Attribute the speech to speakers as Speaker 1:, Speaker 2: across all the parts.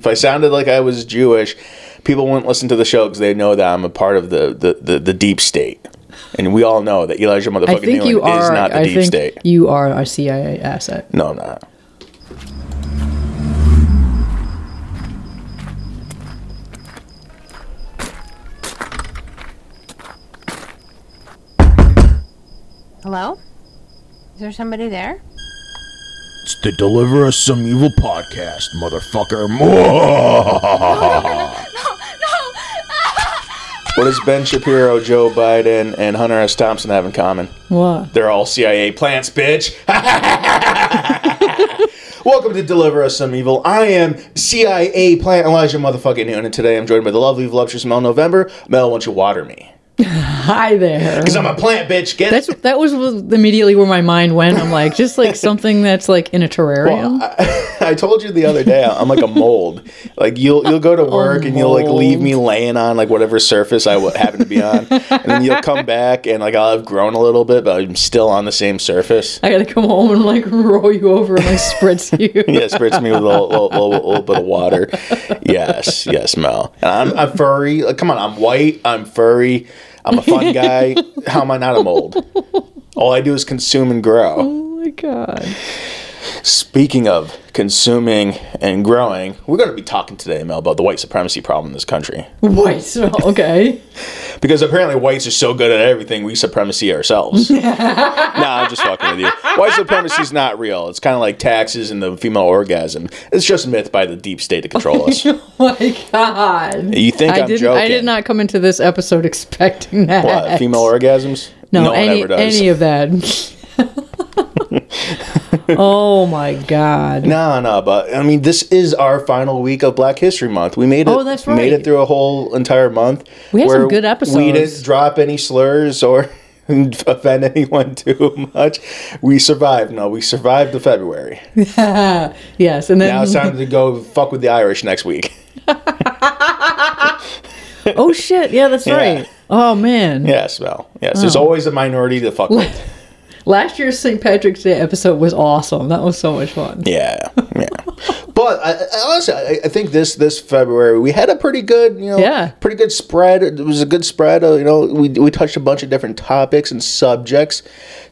Speaker 1: If I sounded like I was Jewish, people wouldn't listen to the show because they know that I'm a part of the, the, the, the deep state. And we all know that Elijah motherfucking
Speaker 2: I think
Speaker 1: Nealon
Speaker 2: you are.
Speaker 1: is not the
Speaker 2: I
Speaker 1: deep
Speaker 2: think
Speaker 1: state.
Speaker 2: you are a CIA asset.
Speaker 1: No, I'm not.
Speaker 3: Hello? Is there somebody there?
Speaker 4: It's the Deliver Us Some Evil podcast, motherfucker.
Speaker 1: What does Ben Shapiro, Joe Biden, and Hunter S. Thompson have in common?
Speaker 2: What?
Speaker 1: They're all CIA plants, bitch. Welcome to Deliver Us Some Evil. I am CIA plant Elijah motherfucking Newton, and today I'm joined by the lovely, voluptuous Mel November. Mel, won't you water me?
Speaker 2: Hi there.
Speaker 1: Because I'm a plant, bitch. Get
Speaker 2: That's that was immediately where my mind went. I'm like, just like something that's like in a terrarium.
Speaker 1: I told you the other day I'm like a mold. Like you'll you'll go to work and you'll like leave me laying on like whatever surface I would happen to be on, and then you'll come back and like I'll have grown a little bit, but I'm still on the same surface.
Speaker 2: I gotta come home and like roll you over and like spritz you.
Speaker 1: Yeah, spritz me with a little, little, little- little bit of water. Yes, yes, Mel. And I'm, I'm furry. Like, come on, I'm white. I'm furry. I'm a fun guy. How am I not a mold? All I do is consume and grow.
Speaker 2: Oh my god.
Speaker 1: Speaking of consuming and growing, we're going to be talking today, Mel, about the white supremacy problem in this country.
Speaker 2: Wait. So, okay.
Speaker 1: Because apparently whites are so good at everything, we supremacy ourselves. nah, I'm just fucking with you. White supremacy is not real. It's kind of like taxes and the female orgasm. It's just myth by the deep state to control us.
Speaker 2: Oh my god.
Speaker 1: You think
Speaker 2: I
Speaker 1: I'm
Speaker 2: didn't.
Speaker 1: joking?
Speaker 2: I did not come into this episode expecting that.
Speaker 1: What, female orgasms?
Speaker 2: No,
Speaker 1: one
Speaker 2: any any of that. oh my god.
Speaker 1: No, no, but I mean, this is our final week of Black History Month. We made it.
Speaker 2: Oh, that's
Speaker 1: Made it
Speaker 2: right.
Speaker 1: through a whole entire month.
Speaker 2: We had some
Speaker 1: where
Speaker 2: good
Speaker 1: We
Speaker 2: episodes.
Speaker 1: didn't drop any slurs or offend anyone too much. We survived. No, we survived the February.
Speaker 2: Yes, and
Speaker 1: Now
Speaker 2: then
Speaker 1: it's time to go fuck with the Irish next week.
Speaker 2: oh shit, yeah, that's
Speaker 1: Yeah.
Speaker 2: right. Oh man,
Speaker 1: Yes, Mel. Yes, there's
Speaker 2: Oh.
Speaker 1: always a minority to fuck with.
Speaker 2: last year's St. Patrick's Day episode was awesome. That was so much fun.
Speaker 1: Yeah, yeah. but I, I honestly, I, I think this this February we had a pretty good, you know,
Speaker 2: Yeah.
Speaker 1: pretty good spread. It was a good spread. Uh, you know, we we touched a bunch of different topics and subjects.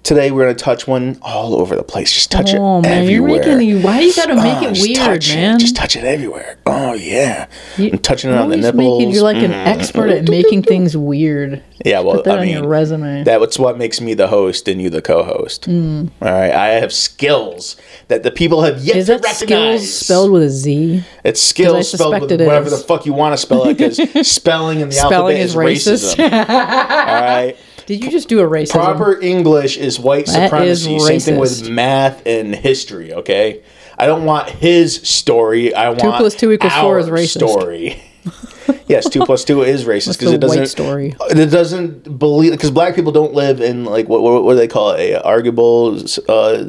Speaker 1: Today we're gonna touch one all over the place. Just touch
Speaker 2: Oh
Speaker 1: it
Speaker 2: man,
Speaker 1: everywhere.
Speaker 2: you're making you. Why you gotta make
Speaker 1: Oh,
Speaker 2: it
Speaker 1: just
Speaker 2: weird,
Speaker 1: touch it.
Speaker 2: man?
Speaker 1: Just touch it everywhere. Oh yeah,
Speaker 2: You-
Speaker 1: I'm touching it
Speaker 2: you're
Speaker 1: on the
Speaker 2: always
Speaker 1: nipples.
Speaker 2: Making, you're like an
Speaker 1: Mm.
Speaker 2: expert at making things weird.
Speaker 1: Yeah, well,
Speaker 2: Put that
Speaker 1: I
Speaker 2: on
Speaker 1: mean,
Speaker 2: your resume.
Speaker 1: That's what makes me the host and you the co-host. All right, I have skills that the people have yet
Speaker 2: Mm. Is
Speaker 1: to
Speaker 2: that
Speaker 1: recognize.
Speaker 2: skills spelled with a Z?
Speaker 1: It's
Speaker 2: I
Speaker 1: skills spelled
Speaker 2: suspect
Speaker 1: with
Speaker 2: it
Speaker 1: whatever
Speaker 2: is.
Speaker 1: the fuck you want to spell it because spelling in the
Speaker 2: Spelling
Speaker 1: alphabet is,
Speaker 2: is racist.
Speaker 1: racism. All right.
Speaker 2: Did you just do a racism?
Speaker 1: Proper English is white
Speaker 2: That is
Speaker 1: supremacy. Same thing with
Speaker 2: racist.
Speaker 1: math and history, okay? I don't want his story. I want
Speaker 2: plus two equals four
Speaker 1: our
Speaker 2: is racist.
Speaker 1: Story. yes, two plus two is racist because
Speaker 2: the
Speaker 1: it doesn't
Speaker 2: white story?
Speaker 1: It doesn't believe because black people don't live in like what what, what do they call it? A arguable. Uh,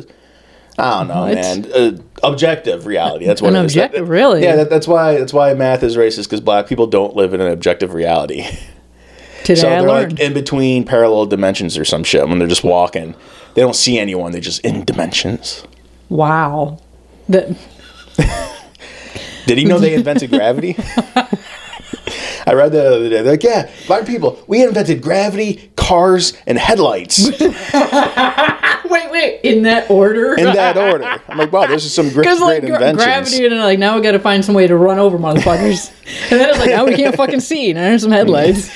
Speaker 1: I don't know,
Speaker 2: What?
Speaker 1: man. Uh, objective reality. That's what
Speaker 2: An
Speaker 1: it is. That-
Speaker 2: objective- really?
Speaker 1: Yeah, that, that's why that's why math is racist because black people don't live in an objective reality.
Speaker 2: Today
Speaker 1: So
Speaker 2: I
Speaker 1: they're
Speaker 2: learned.
Speaker 1: like in between parallel dimensions or some shit when they're just walking. They don't see anyone. They're just in dimensions.
Speaker 2: wow. That
Speaker 1: Did he know they invented gravity? I read that the other day. They're like, yeah, black people, we invented gravity, cars, and headlights in
Speaker 2: wait, wait, in that order.
Speaker 1: that order. I'm like, wow, this is some great,
Speaker 2: Because
Speaker 1: great
Speaker 2: like gra-
Speaker 1: inventions.
Speaker 2: gravity, and then, like now we got to find some way to run over motherfuckers. and then it's like now we can't fucking see. Now there's some headlights.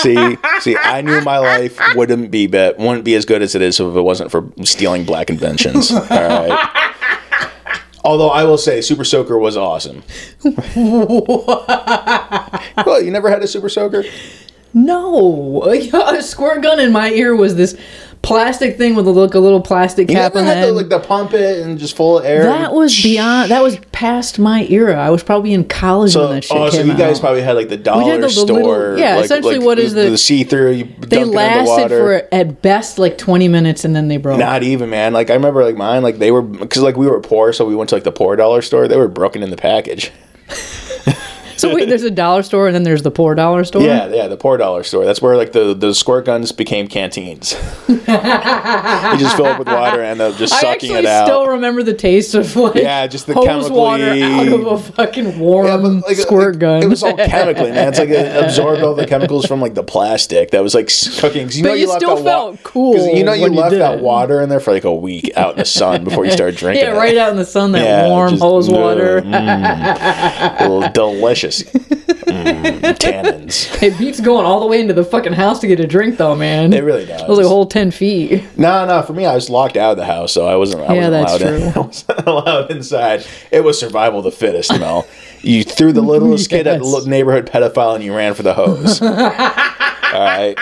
Speaker 1: See, see, I knew my life wouldn't be bet wouldn't be as good as it is if it wasn't for stealing black inventions. All right. Although I will say, Super Soaker was awesome. well, you never had a Super Soaker?
Speaker 2: no, a squirt gun in my ear was this plastic thing with a look a little plastic
Speaker 1: You
Speaker 2: cap
Speaker 1: never
Speaker 2: on
Speaker 1: had the,
Speaker 2: it.
Speaker 1: like the pump it and just full of air.
Speaker 2: That
Speaker 1: and-
Speaker 2: was beyond. That was past my era. I was probably in college
Speaker 1: So,
Speaker 2: when that shit
Speaker 1: oh,
Speaker 2: came
Speaker 1: so you
Speaker 2: out.
Speaker 1: guys probably had like the dollar
Speaker 2: the- the
Speaker 1: store.
Speaker 2: little- yeah,
Speaker 1: like-
Speaker 2: essentially
Speaker 1: like
Speaker 2: what is
Speaker 1: the,
Speaker 2: the-
Speaker 1: see through? You dunk
Speaker 2: they
Speaker 1: it in the
Speaker 2: lasted
Speaker 1: water.
Speaker 2: for at best like twenty minutes, and then they broke.
Speaker 1: Not even, man. Like I remember, like mine, like they were because like we were poor, so we went to like the poor dollar store. They were broken in the package.
Speaker 2: So wait, there's a dollar store and then there's the poor dollar store.
Speaker 1: Yeah, yeah, the poor dollar store. That's where like the, the squirt guns became canteens. you just fill up with water and end up just
Speaker 2: I
Speaker 1: sucking
Speaker 2: actually
Speaker 1: it out.
Speaker 2: still remember the taste of like
Speaker 1: Yeah, just the
Speaker 2: hose water out
Speaker 1: chemically-
Speaker 2: of a fucking warm
Speaker 1: Yeah, but, like,
Speaker 2: squirt
Speaker 1: like,
Speaker 2: gun.
Speaker 1: It was all chemically, man. It's like it absorbed all the chemicals from like the plastic that was like s- cooking. 'Cause You
Speaker 2: But
Speaker 1: know
Speaker 2: you
Speaker 1: left
Speaker 2: still
Speaker 1: that
Speaker 2: felt cool
Speaker 1: 'cause You know you
Speaker 2: when you
Speaker 1: left
Speaker 2: did
Speaker 1: that
Speaker 2: it.
Speaker 1: water in there for like a week out in the sun before you started drinking.
Speaker 2: yeah,
Speaker 1: it.
Speaker 2: right out in the sun, that
Speaker 1: Yeah,
Speaker 2: warm
Speaker 1: just-
Speaker 2: hose water.
Speaker 1: Mm, mm. Well, delicious. Mm, tannins.
Speaker 2: It beats going all the way into the fucking house to get a drink, though, man.
Speaker 1: It really does.
Speaker 2: It was like a whole ten feet.
Speaker 1: No, no. For me, I was locked out of the house, so I wasn't. I
Speaker 2: Yeah,
Speaker 1: wasn't
Speaker 2: that's
Speaker 1: allowed In. I wasn't allowed inside. It was survival of the fittest, Mel. You threw the littlest kid at the
Speaker 2: Yes.
Speaker 1: li- neighborhood pedophile, and you ran for the hose. All right.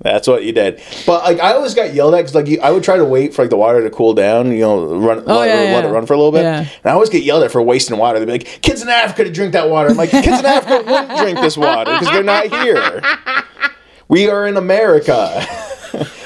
Speaker 1: That's what you did, but like I always got yelled at because like you, I would try to wait for like the water to cool down, you know, run let,
Speaker 2: Oh, yeah,
Speaker 1: let
Speaker 2: yeah.
Speaker 1: it run for a little bit,
Speaker 2: Yeah.
Speaker 1: and I always get yelled at for wasting water. They'd be like, "Kids in Africa to drink that water." I'm like, "Kids in Africa wouldn't drink this water because they're not here. We are in America."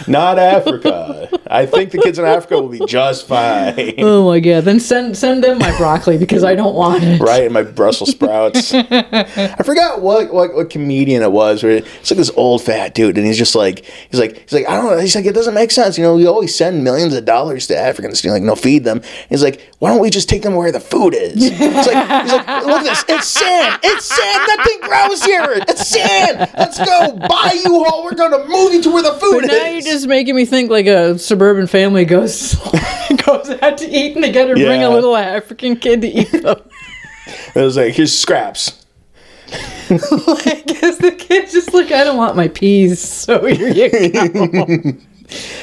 Speaker 1: not Africa. I think the kids in Africa will be just fine.
Speaker 2: Oh my god! Then send send them my broccoli because I don't want it.
Speaker 1: Right in my Brussels sprouts. I forgot what, what what comedian it was. Where it's like this old fat dude, and he's just like he's like he's like I don't know. He's like it doesn't make sense. You know, we always send millions of dollars to Africans. You're like no, feed them. He's like why don't we just take them where the food is? It's like he's like look at this. It's sand. It's sand. Nothing grows here. It's sand. Let's go buy you all. We're gonna move you to where the food
Speaker 2: But
Speaker 1: is.
Speaker 2: now you're just making me think like a suburban family goes goes out to eat and they got to bring
Speaker 1: Yeah.
Speaker 2: a little African kid to eat them.
Speaker 1: it was like here's scraps.
Speaker 2: I guess the kid's just like, I don't want my peas, so here you go.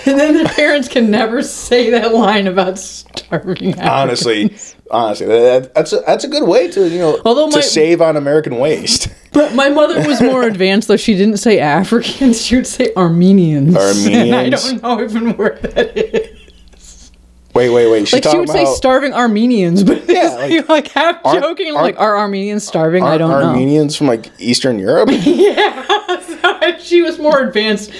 Speaker 2: and then the parents can never say that line about starving out.
Speaker 1: honestly, honestly, that, that's a, that's a good way to you know
Speaker 2: Although
Speaker 1: to
Speaker 2: my-
Speaker 1: save on American waste.
Speaker 2: But my mother was more advanced, though she didn't say Africans; she would say Armenians. And I
Speaker 1: Armenians?
Speaker 2: don't know even where that is.
Speaker 1: Wait, wait, wait. She
Speaker 2: Like she
Speaker 1: talking
Speaker 2: would say
Speaker 1: about
Speaker 2: starving Armenians, but
Speaker 1: Yeah,
Speaker 2: yeah, like, like half
Speaker 1: aren't-
Speaker 2: joking,
Speaker 1: aren't-
Speaker 2: like are Armenians starving? I
Speaker 1: aren't
Speaker 2: don't know.
Speaker 1: Armenians from like Eastern Europe.
Speaker 2: Yeah, she was more advanced. She,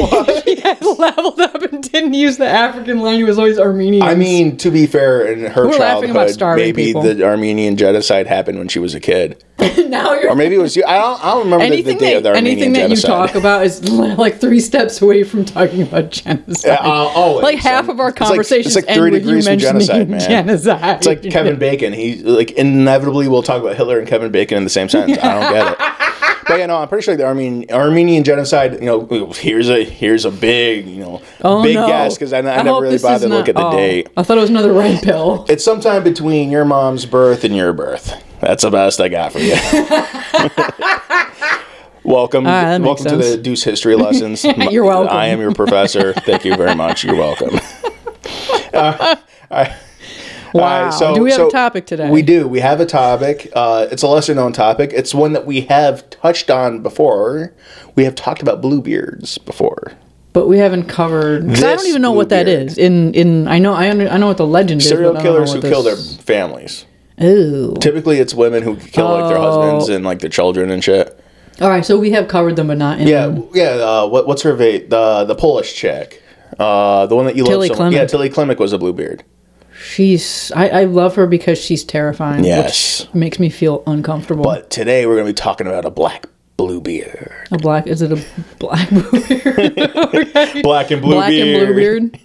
Speaker 2: she had leveled up and didn't use the African line. It was always Armenian.
Speaker 1: I mean, to be fair, in her
Speaker 2: We're laughing about
Speaker 1: childhood,
Speaker 2: starving
Speaker 1: maybe
Speaker 2: people.
Speaker 1: the Armenian genocide happened when she was a kid,
Speaker 2: now you're
Speaker 1: or maybe it was you. I don't, I don't remember the, the
Speaker 2: anything
Speaker 1: date of the
Speaker 2: that
Speaker 1: Armenian
Speaker 2: anything that you
Speaker 1: genocide.
Speaker 2: talk about is like three steps away from talking about genocide.
Speaker 1: Yeah, uh, always.
Speaker 2: like half of our
Speaker 1: It's like- it's like
Speaker 2: conversations end
Speaker 1: three
Speaker 2: with you
Speaker 1: degrees from
Speaker 2: mentioning genocide.
Speaker 1: genocide, man. It's like Kevin Bacon. He like inevitably will talk about Hitler and Kevin Bacon in the same sentence. I don't get it. But you know, I'm pretty sure the Armenian Armenian genocide. You know, here's a here's a big you know
Speaker 2: Oh,
Speaker 1: big
Speaker 2: no.
Speaker 1: guess because I, I
Speaker 2: hope
Speaker 1: never really
Speaker 2: this is
Speaker 1: bothered to look
Speaker 2: not-
Speaker 1: at the
Speaker 2: oh,
Speaker 1: date.
Speaker 2: I thought it was another red pill.
Speaker 1: It's sometime between your mom's birth and your birth. That's the best I got for you. welcome,
Speaker 2: right, that makes
Speaker 1: welcome to the
Speaker 2: sense.
Speaker 1: Deuce History Lessons.
Speaker 2: You're welcome.
Speaker 1: I am your professor. Thank you very much. You're welcome.
Speaker 2: Wow.
Speaker 1: Alright, so-
Speaker 2: Do we have
Speaker 1: so
Speaker 2: a topic today?
Speaker 1: We do. We have a topic. Uh, it's a lesser known topic. It's one that we have touched on before. We have talked about bluebeards before.
Speaker 2: but we haven't covered. 'cause I
Speaker 1: This
Speaker 2: don't even know what that
Speaker 1: bluebeard.
Speaker 2: is. In in I know I under, I know what the legend
Speaker 1: Serial
Speaker 2: is. but I don't know
Speaker 1: killers who
Speaker 2: what
Speaker 1: kill their
Speaker 2: this-
Speaker 1: families.
Speaker 2: Ooh.
Speaker 1: Typically, it's women who kill like their
Speaker 2: Oh.
Speaker 1: husbands and like their children and shit.
Speaker 2: All right, so we have covered them, but not in
Speaker 1: Yeah, w- yeah. Uh, what, what's her va- the the Polish chick? Uh, the one that you
Speaker 2: Tilly
Speaker 1: love so much.
Speaker 2: Klimek.
Speaker 1: Yeah, Tilly Klimek was a bluebeard.
Speaker 2: She's I, I love her because she's terrifying.
Speaker 1: Yes.
Speaker 2: Which makes me feel uncomfortable.
Speaker 1: But today we're gonna be talking about a black bluebeard.
Speaker 2: A black is it a black bluebeard?
Speaker 1: Black and
Speaker 2: black and bluebeard.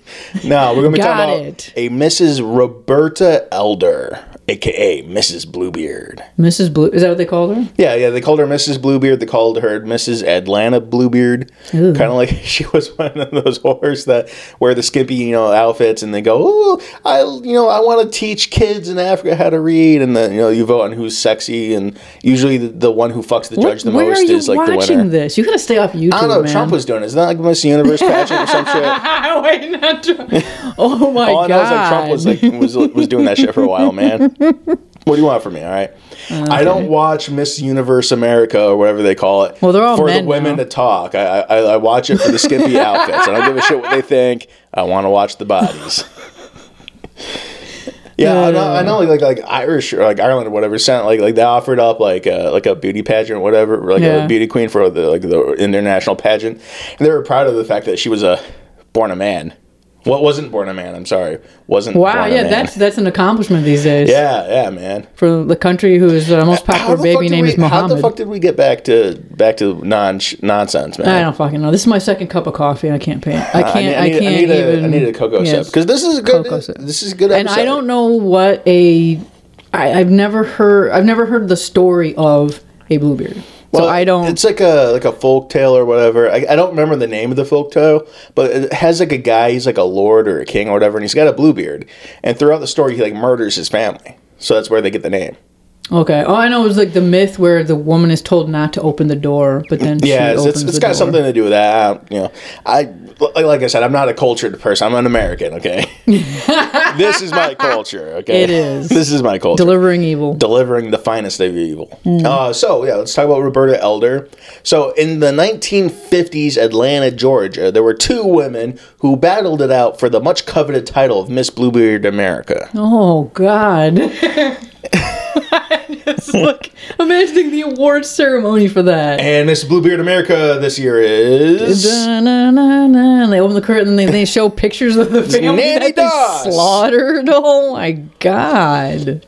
Speaker 1: No, we're gonna be
Speaker 2: Got
Speaker 1: talking about
Speaker 2: it.
Speaker 1: a Mrs. Roberta Elder, aka Mrs. Bluebeard.
Speaker 2: Mrs. Blue is that what they called her?
Speaker 1: Yeah, yeah. They called her Mrs. Bluebeard. They called her Mrs. Atlanta Bluebeard. Kind of like she was one of those whores that wear the skimpy, you know, outfits, and they go, "Oh, I, you know, I want to teach kids in Africa how to read." And then you know, you vote on who's sexy, and usually the, the one who fucks the judge the
Speaker 2: What- where
Speaker 1: most
Speaker 2: are you
Speaker 1: is like the
Speaker 2: watching
Speaker 1: winner.
Speaker 2: this? You gotta stay off YouTube.
Speaker 1: I don't know.
Speaker 2: Man.
Speaker 1: Trump was doing it. Isn't that like Miss Universe pageant or some shit?
Speaker 2: Wait, not Trump. Oh my
Speaker 1: All I know is like
Speaker 2: god.
Speaker 1: Trump was like was was doing that shit for a while, man. What do you want from me? All right, I don't watch Miss Universe America or whatever they call it.
Speaker 2: Well, they're all
Speaker 1: for
Speaker 2: men
Speaker 1: the women
Speaker 2: now.
Speaker 1: to talk. I, I I watch it for the skimpy outfits. I don't give a shit what they think. I want to watch the bodies. Yeah, I know, I know like, like like Irish or like Ireland or whatever. Sent like like they offered up like a, like a beauty pageant or whatever, or, like
Speaker 2: Yeah.
Speaker 1: a beauty queen for the like the international pageant, and they were proud of the fact that she was a born a man. What wasn't born a man? I'm sorry. Wasn't
Speaker 2: Wow,
Speaker 1: born a
Speaker 2: yeah,
Speaker 1: man.
Speaker 2: that's that's an accomplishment these days.
Speaker 1: yeah, yeah, man.
Speaker 2: For the country whose uh, most popular
Speaker 1: the fuck
Speaker 2: baby
Speaker 1: did
Speaker 2: name
Speaker 1: we,
Speaker 2: is
Speaker 1: How the
Speaker 2: Mohammed.
Speaker 1: fuck did we get back to back to non nonsense, man?
Speaker 2: I don't fucking know. This is my second cup of coffee. and I can't pay. I can't. I,
Speaker 1: need-
Speaker 2: can't
Speaker 1: I need
Speaker 2: even.
Speaker 1: A, I need a cocoa sip
Speaker 2: Yes.
Speaker 1: because this is a good.
Speaker 2: Cocoa sip.
Speaker 1: This is a good.
Speaker 2: and
Speaker 1: episode.
Speaker 2: I don't know what a. I, I've never heard. I've never heard the story of a bluebeard. so
Speaker 1: Well,
Speaker 2: I don't.
Speaker 1: It's like a like a folk tale or whatever. I, I don't remember the name of the folk tale, but it has like a guy. He's like a lord or a king or whatever, and he's got a blue beard. And throughout the story, he like murders his family. So that's where they get the name.
Speaker 2: Okay. All I know is like the myth where the woman is told not to open the door, but then
Speaker 1: Yeah,
Speaker 2: she
Speaker 1: it's,
Speaker 2: opens
Speaker 1: it's, it's
Speaker 2: the
Speaker 1: got
Speaker 2: door.
Speaker 1: something to do with that. I don't- you know, I li- like I said, I'm not a cultured person. I'm an American. Okay, this is my culture. Okay,
Speaker 2: It is.
Speaker 1: This is my culture.
Speaker 2: Delivering evil.
Speaker 1: delivering the finest of evil. Uh, so yeah, let's talk about Roberta Elder. So in the 1950s, Atlanta, Georgia, there were two women who battled it out for the much coveted title of Miss Bluebeard America.
Speaker 2: oh God. It's like imagining the award ceremony for that.
Speaker 1: And Miss Bluebeard America this year is
Speaker 2: Da-na-na-na. They open the curtain and they, they show pictures of the family
Speaker 1: Nanny
Speaker 2: that they
Speaker 1: Doss.
Speaker 2: slaughtered. Oh my god!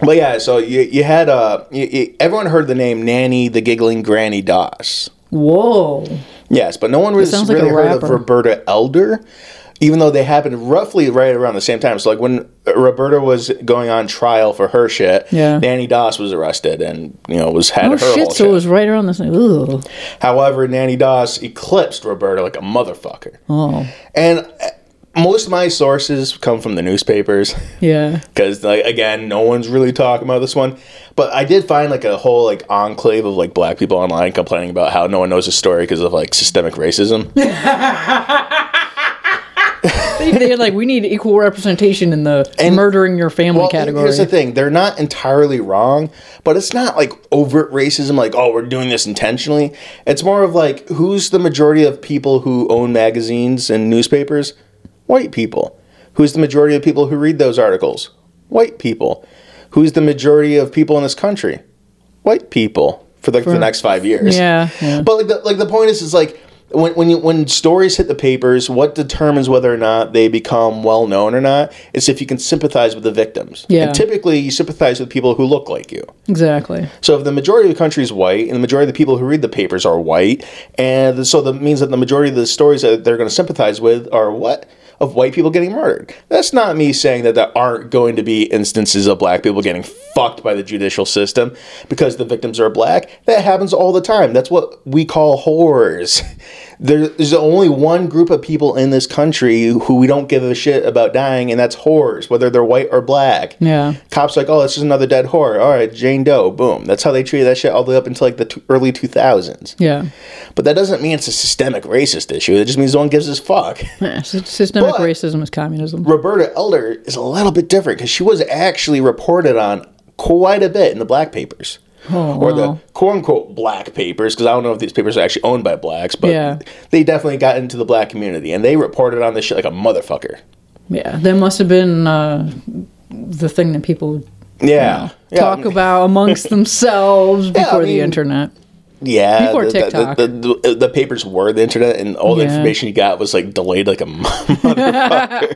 Speaker 1: But yeah, so you, you had uh, you, you- everyone heard the name Nanny the Giggling Granny Doss.
Speaker 2: Whoa!
Speaker 1: Yes, but no one really,
Speaker 2: sounds like
Speaker 1: really
Speaker 2: a
Speaker 1: heard of
Speaker 2: rapper.
Speaker 1: Roberta Elder, even though they happened roughly right around the same time. So, like when Roberta was going on trial for her shit,
Speaker 2: Yeah.
Speaker 1: Nanny Doss was arrested and you know was had
Speaker 2: Oh
Speaker 1: her
Speaker 2: shit!
Speaker 1: whole
Speaker 2: So
Speaker 1: shit.
Speaker 2: it was right around this. Ooh.
Speaker 1: However, Nanny Doss eclipsed Roberta like a motherfucker,
Speaker 2: Oh
Speaker 1: and uh, most of my sources come from the newspapers.
Speaker 2: yeah.
Speaker 1: because like again no one's really talking about this one but i did find like a whole like enclave of like black people online complaining about how no one knows the story because of like systemic racism
Speaker 2: They- They're like, we need equal representation in the murdering your family
Speaker 1: well
Speaker 2: category.
Speaker 1: here's the thing they're not entirely wrong but it's not like overt racism like oh we're doing this intentionally it's more of like who's the majority of people who own magazines and newspapers white people who's the majority of people who read those articles white people who's the majority of people in this country white people for like the next five years
Speaker 2: Yeah, yeah.
Speaker 1: but like the, like the point is is like when when you when stories hit the papers what determines whether or not they become well known or not is if you can sympathize with the victims
Speaker 2: Yeah.
Speaker 1: and typically you sympathize with people who look like you
Speaker 2: Exactly.
Speaker 1: so if the majority of the country is white and the majority of the people who read the papers are white and so that means that the majority of the stories that they're going to sympathize with are what of white people getting murdered. That's not me saying that there aren't going to be instances of black people getting fucked by the judicial system because the victims are black. That happens all the time. That's what we call horrors. There- There's only one group of people in this country who we don't give a shit about dying, and that's horrors, whether they're white or black.
Speaker 2: Yeah.
Speaker 1: Cops like, oh, that's just another dead whore. All right, Jane Doe, boom. That's how they treated that shit all the way up until like the t- early 2000s.
Speaker 2: Yeah.
Speaker 1: But that doesn't mean it's a systemic racist issue. It just means no one gives a fuck.
Speaker 2: Yeah, sy- Systemic
Speaker 1: But-
Speaker 2: racism is communism.
Speaker 1: Roberta Elder is a little bit different because she was actually reported on quite a bit in the black papers.
Speaker 2: Oh,
Speaker 1: or
Speaker 2: wow.
Speaker 1: the quote unquote black papers, because I don't know if these papers are actually owned by blacks, but
Speaker 2: Yeah.
Speaker 1: they definitely got into the black community and they reported on this shit like a motherfucker.
Speaker 2: Yeah, there must have been uh, the thing that people
Speaker 1: Yeah. yeah.
Speaker 2: talk about amongst themselves
Speaker 1: Yeah, I
Speaker 2: before the
Speaker 1: mean-
Speaker 2: internet.
Speaker 1: Yeah,
Speaker 2: Before
Speaker 1: the, the-
Speaker 2: TikTok.
Speaker 1: The, the, uh, the, papers were the internet, and all the
Speaker 2: Yeah.
Speaker 1: information you got was like delayed like a motherfucker.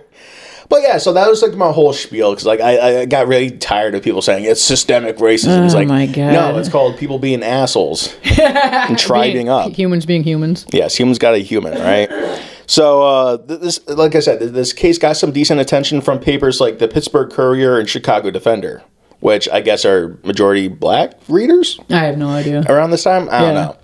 Speaker 1: but yeah, so that was like my whole spiel because like I, I got really tired of people saying it's systemic racism. it's
Speaker 2: Oh
Speaker 1: like
Speaker 2: my God.
Speaker 1: no, it's called people being assholes and tribing up.
Speaker 2: Humans being humans.
Speaker 1: Yes, humans got a human, right? So uh, th- this, like I said, th- this case got some decent attention from papers like the Pittsburgh Courier and Chicago Defender, which I guess are majority black readers
Speaker 2: I have no idea.
Speaker 1: around this time. I don't
Speaker 2: Yeah.
Speaker 1: know.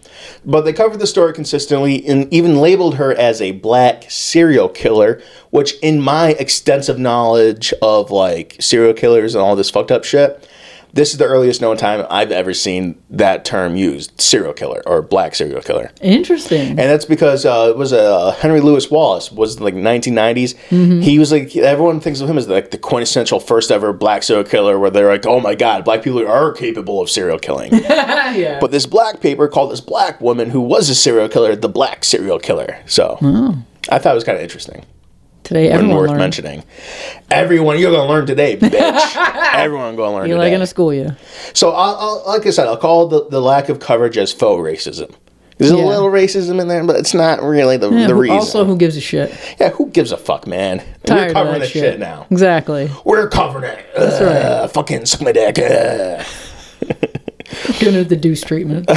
Speaker 1: But they covered the story consistently and even labeled her as a black serial killer, which, in my extensive knowledge of like serial killers and all this fucked up shit, this is the earliest known time I've ever seen that term used serial killer or black serial killer.
Speaker 2: Interesting.
Speaker 1: And that's because uh, it was uh, Henry Louis Wallace was like 1990s.
Speaker 2: Mm-hmm.
Speaker 1: He was like everyone thinks of him as like the quintessential first ever black serial killer, where they're like, oh my god, black people are capable of serial killing.
Speaker 2: yeah.
Speaker 1: But this black paper called this black woman who was a serial killer the black serial killer. So I thought it was kind of interesting
Speaker 2: Today,
Speaker 1: and
Speaker 2: Oh. everyone
Speaker 1: worth
Speaker 2: learned.
Speaker 1: mentioning. Everyone, you're gonna learn today, bitch. Everyone gonna learn
Speaker 2: You're
Speaker 1: today.
Speaker 2: like in a school, yeah.
Speaker 1: so I'll, I'll, like I said, I'll call the, the lack of coverage as faux racism There's
Speaker 2: Yeah.
Speaker 1: a little racism in there, but it's not really the,
Speaker 2: Yeah,
Speaker 1: the
Speaker 2: who-
Speaker 1: reason.
Speaker 2: Also, who gives a shit?
Speaker 1: yeah, who gives a fuck, man?
Speaker 2: Tired
Speaker 1: We're
Speaker 2: of
Speaker 1: covering
Speaker 2: that
Speaker 1: this
Speaker 2: shit.
Speaker 1: shit. now.
Speaker 2: Exactly.
Speaker 1: We're covering it. That's right. Fucking suck my dick. Uh. Ugh.
Speaker 2: Gonna do the deuce treatment.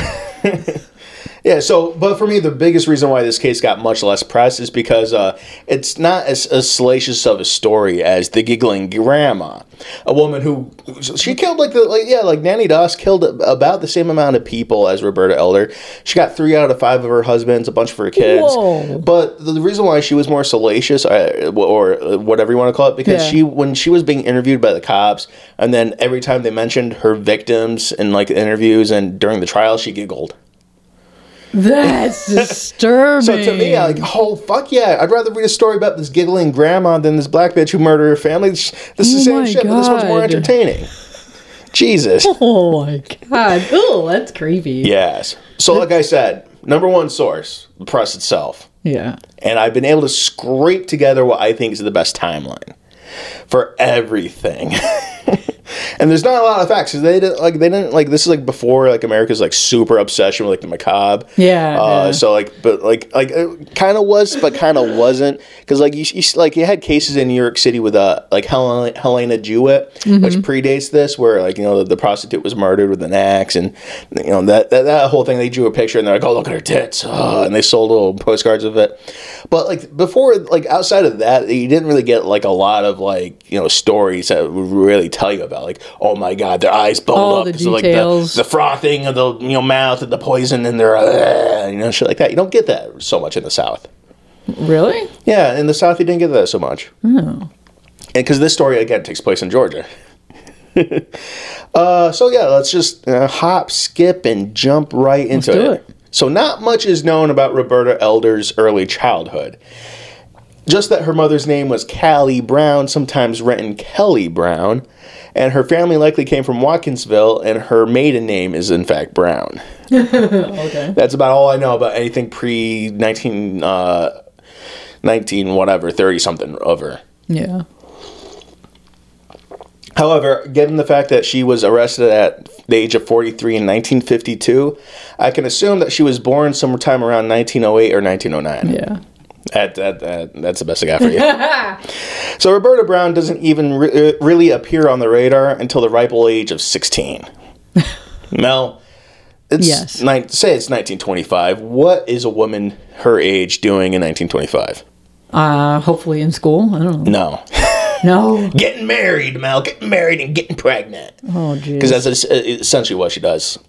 Speaker 1: Yeah, so, but for me, the biggest reason why this case got much less press is because uh, it's not as, as salacious of a story as the giggling grandma, a woman who she killed like the like yeah like Nanny Doss killed about the same amount of people as Roberta Elder. She got three out of five of her husbands, a bunch of her kids.
Speaker 2: Whoa.
Speaker 1: But the reason why she was more salacious uh, or uh, whatever you want to call it, because
Speaker 2: Yeah.
Speaker 1: she when she was being interviewed by the cops, and then every time they mentioned her victims in like interviews and during the trial, she giggled.
Speaker 2: That's disturbing.
Speaker 1: So to me, I'm like, oh fuck yeah, I'd rather read a story about this giggling grandma than this black bitch who murdered her family. Sh- This is the
Speaker 2: Oh my
Speaker 1: same shit, but this one's more
Speaker 2: God.
Speaker 1: entertaining. Jesus.
Speaker 2: oh my god. Oh, that's creepy.
Speaker 1: yes. So like I said, number one source, the press itself.
Speaker 2: Yeah.
Speaker 1: And I've been able to scrape together what I think is the best timeline for everything. and there's not a lot of facts 'cause they didn't like they didn't like this is like before like America's like super obsession with like the macabre.
Speaker 2: Yeah,
Speaker 1: Uh,
Speaker 2: yeah.
Speaker 1: So like, but like like it kind of was, but kind of wasn't because like you, you like you had cases in New York City with uh like Helena, Helena Jewett,
Speaker 2: Mm-hmm.
Speaker 1: which predates this, where like you know the, the prostitute was murdered with an axe, and you know that, that that whole thing. They drew a picture and they're like, oh look at her tits,
Speaker 2: Mm-hmm.
Speaker 1: uh, and they sold little postcards of it. But like before, like outside of that, you didn't really get like a lot of like you know stories that would really tell you about like oh my god, their eyes bubbled
Speaker 2: All
Speaker 1: up,
Speaker 2: the
Speaker 1: because of,
Speaker 2: details.
Speaker 1: like the, the frothing of the you know mouth and the poison in their uh, you know shit like that. You don't get that so much in the South.
Speaker 2: Really?
Speaker 1: Yeah, in the South you didn't get that so much. Oh. And because this story again takes place in Georgia. uh, so yeah, let's just uh, hop, skip, and jump right into
Speaker 2: do it.
Speaker 1: So not much is known about Roberta Elder's early childhood. Just that her mother's name was Callie Brown, sometimes written Kelly Brown, and her family likely came from Watkinsville, and her maiden name is in fact Brown.
Speaker 2: Okay.
Speaker 1: That's about all I know about anything pre 19, uh, 19 whatever, 30 something of her.
Speaker 2: Yeah.
Speaker 1: However, given the fact that she was arrested at the age of 43 in 1952, I can assume that she was born sometime around 1908 or 1909.
Speaker 2: Yeah.
Speaker 1: That, that, that, that's the best I got for you. so Roberta Brown doesn't even re- uh, really appear on the radar until the ripe old age of 16. Mel, it's
Speaker 2: Yes.
Speaker 1: nine- say it's 1925. What is a woman her age doing in 1925?
Speaker 2: Uh, hopefully in school. I don't
Speaker 1: No.
Speaker 2: know. No.
Speaker 1: getting married, Mel. Getting married and getting pregnant.
Speaker 2: Oh, jeez.
Speaker 1: because that's es- essentially what she does.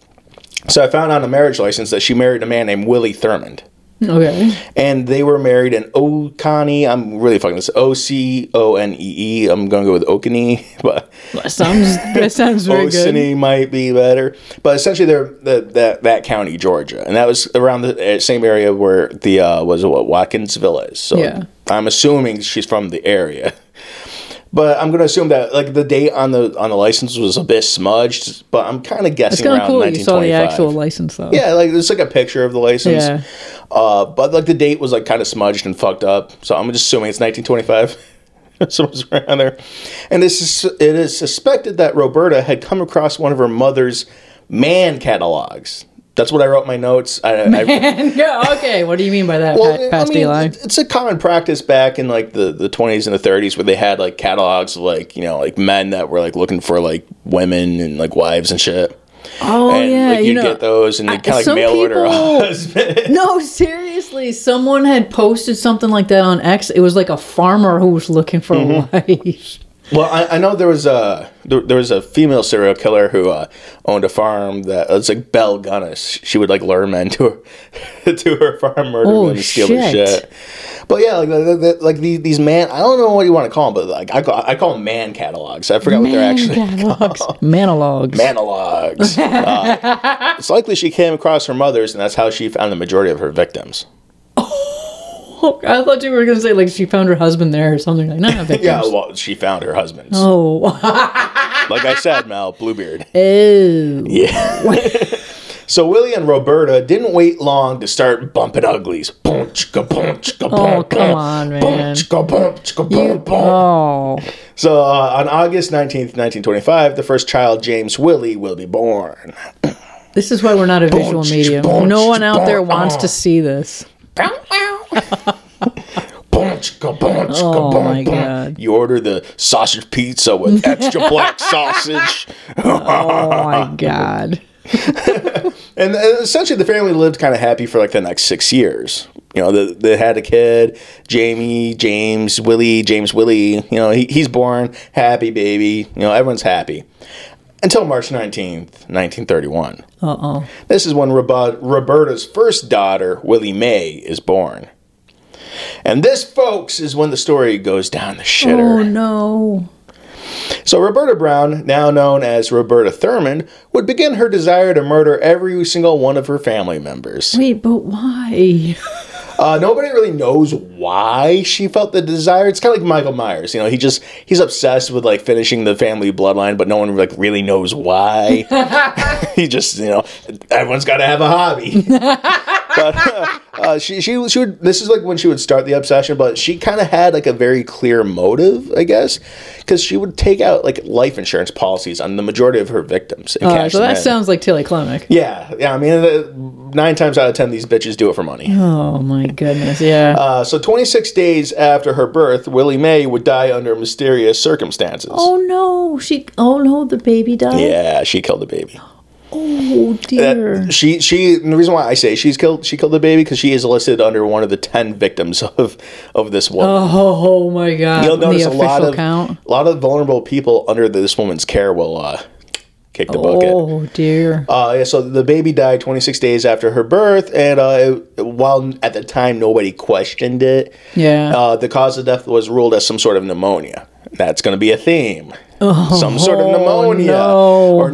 Speaker 1: So I found on a marriage license that she married a man named Willie Thurmond,
Speaker 2: Okay.
Speaker 1: and they were married in Oconee. I'm really fucking this O C O N E E. I'm gonna go with Oconee, but
Speaker 2: That sounds. That sounds very good.
Speaker 1: Oconee might be better. But essentially, they're the, that that county, Georgia, and that was around the uh, same area where the uh, was what Watkinsville is. So
Speaker 2: Yeah.
Speaker 1: I'm assuming she's from the area. But I'm gonna assume that like the date on the on the license was a bit smudged, but I'm kind of guessing
Speaker 2: It's kind
Speaker 1: around
Speaker 2: of cool. that You saw the
Speaker 1: 1925.
Speaker 2: actual license though.
Speaker 1: Yeah, like it's like a picture of the license.
Speaker 2: Yeah.
Speaker 1: Uh, but like the date was like kind of smudged and fucked up. So I'm just assuming it's 1925. so it's around there. And this is it is suspected that Roberta had come across one of her mother's man catalogs. That's what I wrote in my notes. I, I,
Speaker 2: yeah. Okay. What do you mean by that,
Speaker 1: well,
Speaker 2: pa-
Speaker 1: I
Speaker 2: Pasty
Speaker 1: mean,
Speaker 2: line?
Speaker 1: it's a common practice back in like the, the 20s and the 30s where they had like catalogs of like, you know, like men that were like looking for like women and like wives and shit.
Speaker 2: Oh
Speaker 1: and
Speaker 2: yeah.
Speaker 1: like,
Speaker 2: you
Speaker 1: you'd
Speaker 2: know.
Speaker 1: get those and they kind of like
Speaker 2: some
Speaker 1: mail order a
Speaker 2: people-
Speaker 1: husband.
Speaker 2: No, seriously. Someone had posted something like that on X. It was like a farmer who was looking for a
Speaker 1: Mm-hmm.
Speaker 2: wife.
Speaker 1: Well, I, I know there was a there, there was a female serial killer who uh, owned a farm that it was like Belle Gunnis. She would like lure men to her to her farm, murder
Speaker 2: Oh,
Speaker 1: them, and steal their
Speaker 2: shit.
Speaker 1: shit. But yeah, like the, the, like these these man, I don't know what you want to call them, but like I call I call them man catalogs. I forgot what they're actually
Speaker 2: Monologues. Monologues.
Speaker 1: Analogs. Uh, it's likely she came across her mother's, and that's how she found the majority of her victims.
Speaker 2: Oh, I thought you were gonna say like she found her husband there or something like that. Nah,
Speaker 1: Yeah,
Speaker 2: yeah.
Speaker 1: well, she found her husband's.
Speaker 2: Oh.
Speaker 1: Like I said, Mal Bluebeard.
Speaker 2: Ew.
Speaker 1: Yeah. so Willie and Roberta didn't wait long to start bumping uglies. Boom, chicka, boom, chicka,
Speaker 2: Oh
Speaker 1: boom,
Speaker 2: come
Speaker 1: boom.
Speaker 2: on,
Speaker 1: Boom,
Speaker 2: man.
Speaker 1: chicka, boom, chicka, boom, boom.
Speaker 2: Oh.
Speaker 1: So uh, on August 19th, 1925, the first child, James Willie, will be born.
Speaker 2: This is why we're not a visual
Speaker 1: Bonch,
Speaker 2: medium.
Speaker 1: bonch,
Speaker 2: no one out there
Speaker 1: bonch.
Speaker 2: wants to see this.
Speaker 1: Bonch, ka bonch, ka
Speaker 2: Oh,
Speaker 1: bonch,
Speaker 2: my
Speaker 1: bonch.
Speaker 2: God.
Speaker 1: You order the sausage pizza with extra black sausage.
Speaker 2: Oh my god.
Speaker 1: And uh, essentially, the family lived kind of happy for like the next six years. You know, the, they had a kid, Jamie, James, Willie, James Willie. You know, he, he's born, happy baby. You know, everyone's happy. Until March 19th, 1931.
Speaker 2: Uh oh.
Speaker 1: This is when Robo- Roberta's first daughter, Willie Mae, is born. And this, folks, is when the story goes down the shitter.
Speaker 2: Oh no.
Speaker 1: So Roberta Brown, now known as Roberta Thurman, would begin her desire to murder every single one of her family members.
Speaker 2: Wait, but why?
Speaker 1: Uh, nobody really knows why she felt the desire. It's kind of like Michael Myers. You know, he just he's obsessed with like finishing the family bloodline, but no one like really knows why. he just you know everyone's got to have a hobby. but uh, uh, she she she would. This is like when she would start the obsession, but she kind of had like a very clear motive, I guess, because she would take out like life insurance policies on the majority of her victims. And
Speaker 2: Uh,
Speaker 1: cash
Speaker 2: so
Speaker 1: them
Speaker 2: that
Speaker 1: in.
Speaker 2: sounds like Tilly Clonic.
Speaker 1: Yeah, yeah. I mean, uh, nine times out of ten, these bitches do it for money.
Speaker 2: Oh my goodness. Yeah.
Speaker 1: Uh, so 26 days after her birth, Willie Mae would die under mysterious circumstances.
Speaker 2: oh no. She. Oh no. The baby died.
Speaker 1: Yeah, she killed the baby.
Speaker 2: Oh
Speaker 1: That-
Speaker 2: dear.
Speaker 1: she she and the reason why I say she's killed she killed the baby because she is listed under one of the 10 victims of of this woman.
Speaker 2: oh my god.
Speaker 1: You'll notice
Speaker 2: the
Speaker 1: a
Speaker 2: official
Speaker 1: lot of
Speaker 2: count.
Speaker 1: a lot of vulnerable people under this woman's care will uh, kick the bucket.
Speaker 2: Oh dear.
Speaker 1: Uh, yeah, so the baby died 26 days after her birth, and uh, it- while at the time nobody questioned it,
Speaker 2: Yeah.
Speaker 1: uh, the cause of death was ruled as some sort of pneumonia. That's going to be a theme. some sort of pneumonia
Speaker 2: Oh, no.
Speaker 1: or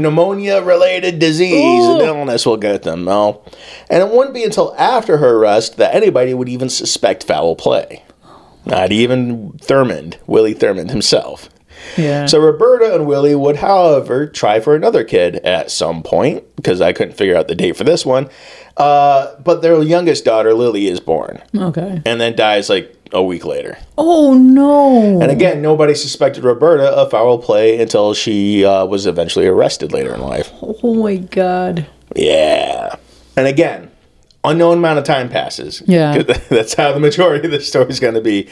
Speaker 1: pneumonia-related disease and
Speaker 2: Ooh.
Speaker 1: illness will get them. No, and it wouldn't be until after her arrest that anybody would even suspect foul play. Not even Thurmond, Willie Thurmond himself.
Speaker 2: yeah.
Speaker 1: So Roberta and Willie would, however, try for another kid at some point because I couldn't figure out the date for this one. Uh, but their youngest daughter, Lily, is born
Speaker 2: okay.
Speaker 1: and then dies like a week later.
Speaker 2: Oh no.
Speaker 1: And again, nobody suspected Roberta of foul play until she uh, was eventually arrested later in life.
Speaker 2: Oh my god.
Speaker 1: Yeah. And again, unknown amount of time passes.
Speaker 2: Yeah.
Speaker 1: That's how the majority of the story's going to be.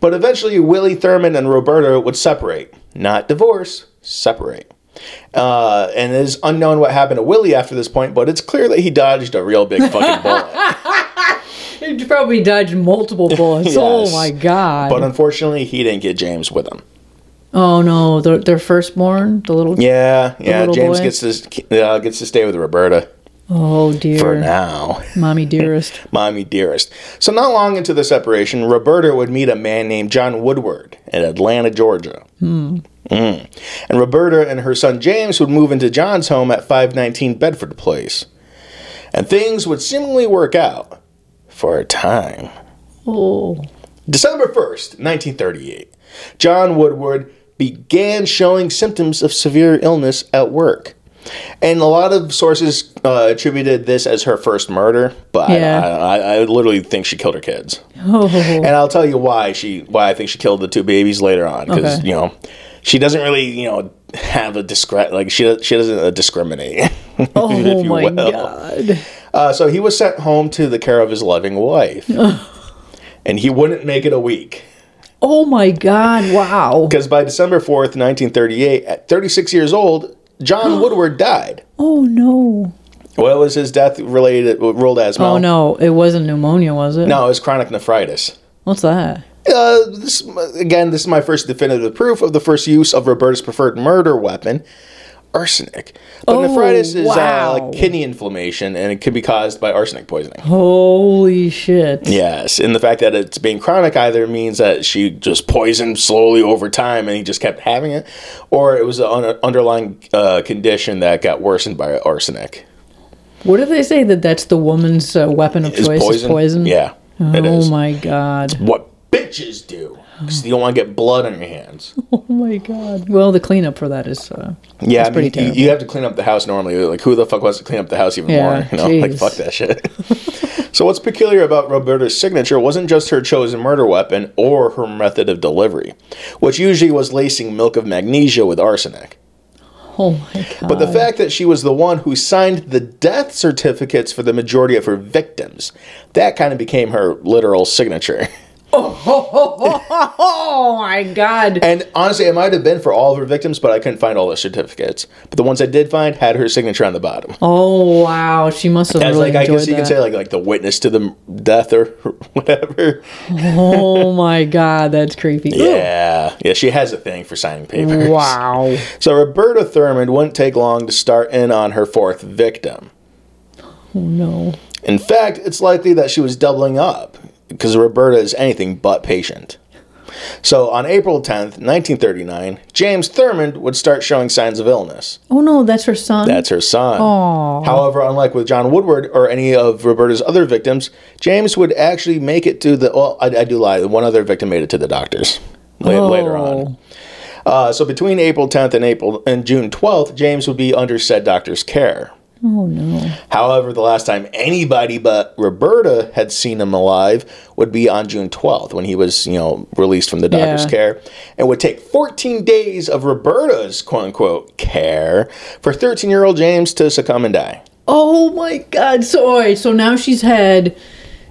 Speaker 1: But eventually, Willie Thurman and Roberta would separate. Not divorce, separate. Uh, and it is unknown what happened to Willie after this point, but it's clear that he dodged a real big fucking bullet.
Speaker 2: He probably dodged multiple bullets. Oh
Speaker 1: Yes.
Speaker 2: my god.
Speaker 1: but uh, unfortunately, he didn't get James with him.
Speaker 2: oh no. Their, their firstborn, the little.
Speaker 1: Yeah, yeah.
Speaker 2: little
Speaker 1: James
Speaker 2: boy?
Speaker 1: gets to uh, gets to stay with Roberta
Speaker 2: Oh dear.
Speaker 1: for now.
Speaker 2: Mommy dearest.
Speaker 1: Mommy dearest. So not long into the separation, Roberta would meet a man named John Woodward in Atlanta, Georgia. Mm. And Roberta and her son James would move into John's home at 519 Bedford Place. And things would seemingly work out for a time.
Speaker 2: Oh.
Speaker 1: December 1st, 1938, John Woodward began showing symptoms of severe illness at work. And a lot of sources uh, attributed this as her first murder, but I-
Speaker 2: Yeah.
Speaker 1: I, I, I literally think she killed her kids.
Speaker 2: Oh.
Speaker 1: And I'll tell you why she why I think she killed the two babies later on because
Speaker 2: Okay.
Speaker 1: you know she doesn't really you know have a discre like she she doesn't uh, discriminate.
Speaker 2: Oh
Speaker 1: you
Speaker 2: my
Speaker 1: will.
Speaker 2: god.
Speaker 1: Uh, so he was sent home to the care of his loving wife, and he wouldn't make it a week.
Speaker 2: Oh my god. Wow.
Speaker 1: Because by December 4th, 1938, at 36 years old, John Woodward died.
Speaker 2: Oh no.
Speaker 1: What was his death related, uh, ruled as? Mel?
Speaker 2: Oh no. It wasn't pneumonia, was it?
Speaker 1: No, it was chronic nephritis.
Speaker 2: What's that?
Speaker 1: Uh, this, again, this is my first definitive proof of the first use of Roberta's preferred murder weapon, arsenic. But
Speaker 2: Oh,
Speaker 1: nephritis is
Speaker 2: wow.
Speaker 1: uh, kidney inflammation, and it can be caused by arsenic poisoning.
Speaker 2: Holy shit.
Speaker 1: Yes, and the fact that it's being chronic either means that she just poisoned slowly over time and he just kept having it, or it was an un- underlying uh, condition that got worsened by arsenic.
Speaker 2: What do they say that that's the woman's uh, weapon of
Speaker 1: Is
Speaker 2: choice? Is poison?
Speaker 1: Yeah, it
Speaker 2: Oh
Speaker 1: is.
Speaker 2: my god.
Speaker 1: What bitches do, because you don't want to get blood on your hands.
Speaker 2: Oh my god. Well, the cleanup for that is. Uh,
Speaker 1: Yeah, I
Speaker 2: pretty
Speaker 1: mean, you- you, have to clean up the house normally. Like, who the fuck wants to clean up the house even
Speaker 2: Yeah,
Speaker 1: more? You know, like,
Speaker 2: jeez.
Speaker 1: fuck that shit. so, what's peculiar about Roberta's signature wasn't just her chosen murder weapon or her method of delivery, which usually was lacing milk of magnesia with arsenic.
Speaker 2: Oh my god.
Speaker 1: But the fact that she was the one who signed the death certificates for the majority of her victims, that kind of became her literal signature.
Speaker 2: Oh my god.
Speaker 1: And honestly, it might have been for all of her victims, but I couldn't find all the certificates. But the ones I did find had her signature on the bottom.
Speaker 2: Oh wow, she must have
Speaker 1: As
Speaker 2: really
Speaker 1: like I
Speaker 2: enjoyed
Speaker 1: guess you
Speaker 2: that.
Speaker 1: can say like like the witness to the m- death or whatever.
Speaker 2: oh my god, that's creepy. Ooh.
Speaker 1: Yeah, yeah, she has a thing for signing papers.
Speaker 2: Wow.
Speaker 1: So Roberta Thurmond wouldn't take long to start in on her fourth victim.
Speaker 2: Oh, No.
Speaker 1: In fact, it's likely that she was doubling up because Roberta is anything but patient. So on April 10th, 1939, James Thurmond would start showing signs of illness.
Speaker 2: Oh no, that's her son.
Speaker 1: That's her son. However, unlike with John Woodward or any of Roberta's other victims, James would actually make it to the. Well, I, I do lie. One other victim made it to the doctors la- later on. Uh, so between April 10th and April and June 12th, James would be under said doctor's care.
Speaker 2: Oh no.
Speaker 1: However, the last time anybody but Roberta had seen him alive would be on June 12th when he was, you know, released from the doctor's
Speaker 2: Yeah.
Speaker 1: care. And would take 14 days of Roberta's quote unquote care for 13 year old James to succumb and die.
Speaker 2: Oh my god. So all right, so now she's had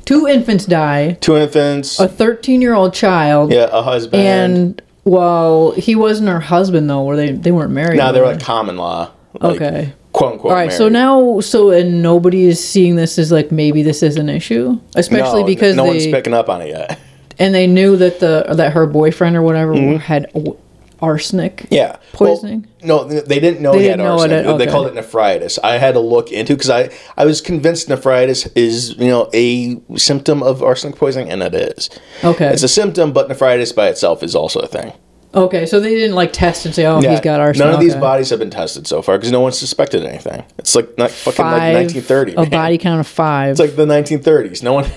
Speaker 2: two infants die,
Speaker 1: Two infants,
Speaker 2: a 13-year-old child,
Speaker 1: yeah, a husband. And
Speaker 2: Oh. and well, he wasn't her husband though, were they they weren't married.
Speaker 1: now they're
Speaker 2: were
Speaker 1: like common law. like,
Speaker 2: Mm-hmm. Okay.
Speaker 1: Quote unquote.
Speaker 2: All right, so now, so and nobody is seeing this as like maybe this is an issue, especially because
Speaker 1: no
Speaker 2: they
Speaker 1: one's picking up on it yet.
Speaker 2: and they knew that the that her boyfriend or whatever had w- arsenic.
Speaker 1: Mm-hmm. Yeah.
Speaker 2: Poisoning?
Speaker 1: Well, no, they didn't know
Speaker 2: They
Speaker 1: he
Speaker 2: didn't
Speaker 1: had
Speaker 2: know it,
Speaker 1: arsenic.
Speaker 2: okay.
Speaker 1: They called it nephritis. I had to look into because I I was convinced nephritis is you know a symptom of arsenic poisoning, and it is.
Speaker 2: Okay.
Speaker 1: It's a symptom, but nephritis by itself is also a thing.
Speaker 2: okay, so they didn't like test and say, "Oh, he's got arsenic."
Speaker 1: None of these
Speaker 2: okay.
Speaker 1: bodies have been tested so far because no one suspected anything. It's like not fucking
Speaker 2: Five-
Speaker 1: like 1930.
Speaker 2: A
Speaker 1: man.
Speaker 2: body count of five.
Speaker 1: It's like the 1930s. No one.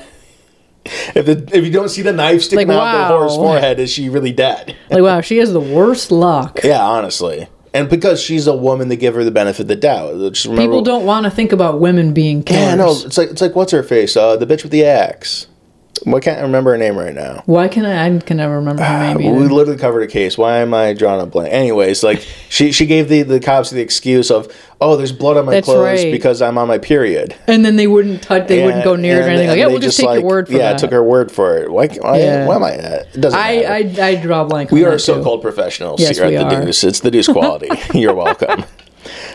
Speaker 1: If, the, if you don't see the knife sticking
Speaker 2: Like,
Speaker 1: out the
Speaker 2: wow.
Speaker 1: horse's forehead, is she really dead?
Speaker 2: Like, wow, she has the worst luck.
Speaker 1: Yeah, honestly. And because she's a woman, they give her the benefit of the doubt. Just remember-
Speaker 2: People don't want to think about women being killers.
Speaker 1: Yeah, no, it's like it's like what's her face? Uh, the bitch with the axe. Why can't I remember her name right now?
Speaker 2: Why can I? I can never remember her name.
Speaker 1: Ah, we
Speaker 2: either.
Speaker 1: literally covered a case. Why am I drawing a blank? Anyways, like she she gave the the cops the excuse of oh there's blood on my
Speaker 2: That's
Speaker 1: clothes
Speaker 2: right.
Speaker 1: because I'm on my period.
Speaker 2: And then they wouldn't touch. They wouldn't go near it or
Speaker 1: and-
Speaker 2: anything. Like,
Speaker 1: and
Speaker 2: yeah,
Speaker 1: they
Speaker 2: we'll just, take
Speaker 1: like,
Speaker 2: your word for
Speaker 1: yeah,
Speaker 2: that.
Speaker 1: took her word for it. Why why,
Speaker 2: Yeah.
Speaker 1: why am I? It doesn't.
Speaker 2: I,
Speaker 1: matter.
Speaker 2: I I draw a blank.
Speaker 1: We
Speaker 2: on
Speaker 1: are
Speaker 2: that, too.
Speaker 1: so-called professionals
Speaker 2: Yes,
Speaker 1: here
Speaker 2: we
Speaker 1: at the
Speaker 2: are.
Speaker 1: Deuce. It's the Deuce quality. You're welcome.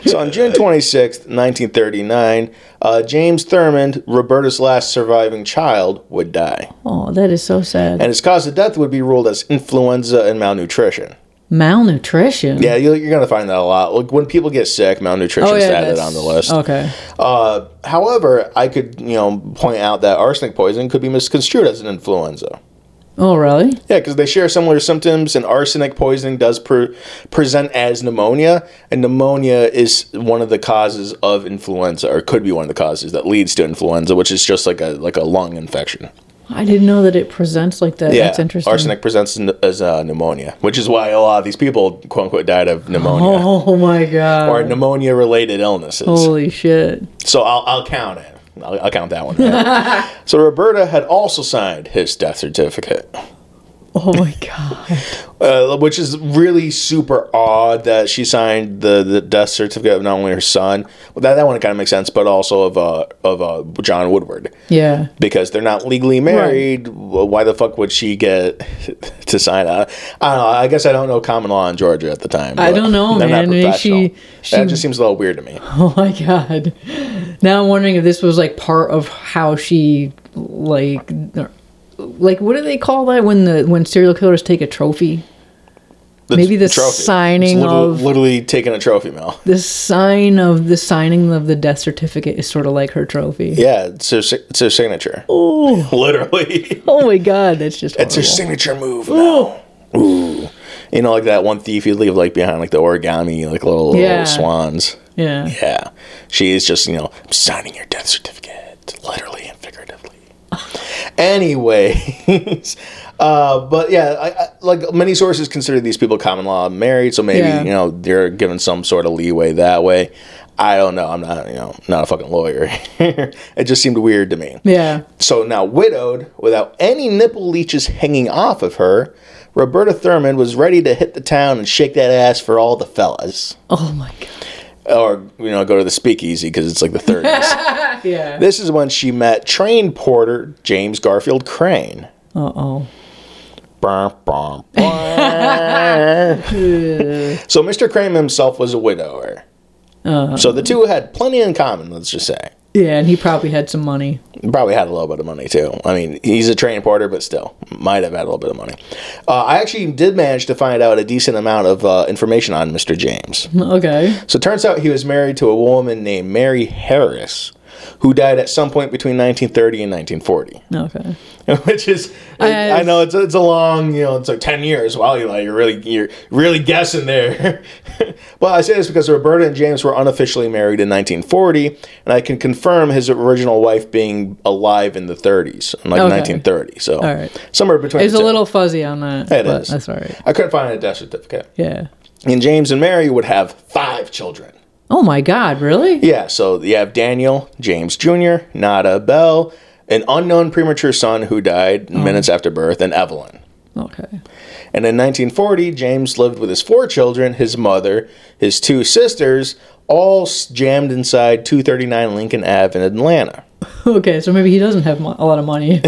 Speaker 1: So on June 26th, 1939, uh, James Thurmond, Roberta's last surviving child, would die.
Speaker 2: Oh, that is so sad.
Speaker 1: And his cause of death would be ruled as influenza and malnutrition.
Speaker 2: Malnutrition.
Speaker 1: Yeah, you- you're going to find that a lot. Like when people get sick, malnutrition
Speaker 2: Oh,
Speaker 1: is
Speaker 2: yeah,
Speaker 1: added
Speaker 2: that's- oh.
Speaker 1: on the list.
Speaker 2: Okay.
Speaker 1: Uh, however, I could, you know, point out that arsenic poisoning could be misconstrued as an influenza.
Speaker 2: Oh, really?
Speaker 1: Yeah, because they share similar symptoms, and arsenic poisoning does pre- present as pneumonia, and pneumonia is one of the causes of influenza, or could be one of the causes that leads to influenza, which is just like a like a lung infection.
Speaker 2: I didn't know that it presents like that.
Speaker 1: Yeah,
Speaker 2: That's interesting.
Speaker 1: arsenic presents n- as uh, pneumonia, which is why a lot of these people, quote unquote, died of pneumonia
Speaker 2: Oh my god.
Speaker 1: or pneumonia related illnesses.
Speaker 2: Holy shit.
Speaker 1: So I'll, I'll count it. I'll, I'll count that one. so Roberta had also signed his death certificate.
Speaker 2: Oh my god.
Speaker 1: uh, which is really super odd that she signed the, the death certificate of not only her son, well, that that one kind of makes sense, but also of uh, of uh, John Woodward
Speaker 2: Yeah.
Speaker 1: because they're not legally married. Wh- Why the fuck would she get to sign? I, I don't know. I guess I don't know common law in Georgia at the time.
Speaker 2: I
Speaker 1: but
Speaker 2: don't know,
Speaker 1: they're
Speaker 2: man. Maybe
Speaker 1: professional.
Speaker 2: she- she-
Speaker 1: that just seems a little weird to me.
Speaker 2: Oh my god. Now I'm wondering if this was like part of how she like like what do they call that when the when serial killers take a trophy? Maybe the signing
Speaker 1: literally,
Speaker 2: of-
Speaker 1: literally taking a trophy mill.
Speaker 2: The sign of the signing of the death certificate is sort of like her trophy.
Speaker 1: Yeah, it's her, si- it's her signature. literally.
Speaker 2: Oh my god, that's just
Speaker 1: It's her
Speaker 2: horrible.
Speaker 1: signature move. now. Oh. Ooh. You know, like that one thief you leave like behind, like the origami, like little, little
Speaker 2: Yeah.
Speaker 1: swans.
Speaker 2: yeah.
Speaker 1: Yeah, she is just you know I'm signing your death certificate, literally and figuratively. Anyways, uh, but yeah, I, I, like many sources consider these people common law married, so maybe
Speaker 2: Yeah.
Speaker 1: you know they're given some sort of leeway that way. I don't know. I'm not, you know, not a fucking lawyer. it just seemed weird to me.
Speaker 2: Yeah.
Speaker 1: So now widowed, without any nipple leeches hanging off of her, Roberta Thurman was ready to hit the town and shake that ass for all the fellas.
Speaker 2: Oh my god.
Speaker 1: Or, you know, go to the speakeasy because it's like the 30s.
Speaker 2: Yeah.
Speaker 1: this is when she met train porter James Garfield Crane.
Speaker 2: Uh oh.
Speaker 1: Bah, bah, bah. so Mr. Crane himself was a widower. so the two had plenty in common, let's just say.
Speaker 2: Yeah, and he probably had some money.
Speaker 1: Probably had a little bit of money too. I mean, he's a train porter, but still, might have had a little bit of money. Uh, I actually did manage to find out a decent amount of uh, information on Mr. James.
Speaker 2: Okay.
Speaker 1: So it turns out he was married to a woman named Mary Harris, who died at some point between 1930 and 1940
Speaker 2: Okay.
Speaker 1: which is
Speaker 2: I-
Speaker 1: I know it's it's a long you know it's like ten years. Wow, you like you're really you're really guessing there. well, I say this because Roberta and James were unofficially married in 1940, and I can confirm his original wife being alive in the 30s, in like
Speaker 2: Okay.
Speaker 1: 1930. So
Speaker 2: All right.
Speaker 1: somewhere between
Speaker 2: It's
Speaker 1: the
Speaker 2: a
Speaker 1: two.
Speaker 2: little fuzzy on that.
Speaker 1: It
Speaker 2: but
Speaker 1: is.
Speaker 2: That's all right.
Speaker 1: I couldn't find a death certificate.
Speaker 2: Yeah.
Speaker 1: And James and Mary would have five children.
Speaker 2: Oh my god, really?
Speaker 1: Yeah, so you have Daniel, James Jr., Nada Bell, an unknown premature son who died
Speaker 2: Oh.
Speaker 1: minutes after birth, and Evelyn.
Speaker 2: Okay.
Speaker 1: And in 1940, James lived with his four children, his mother, his two sisters, all s- jammed inside 239 Lincoln Ave in Atlanta.
Speaker 2: Okay, so maybe he doesn't have mo- a lot of money.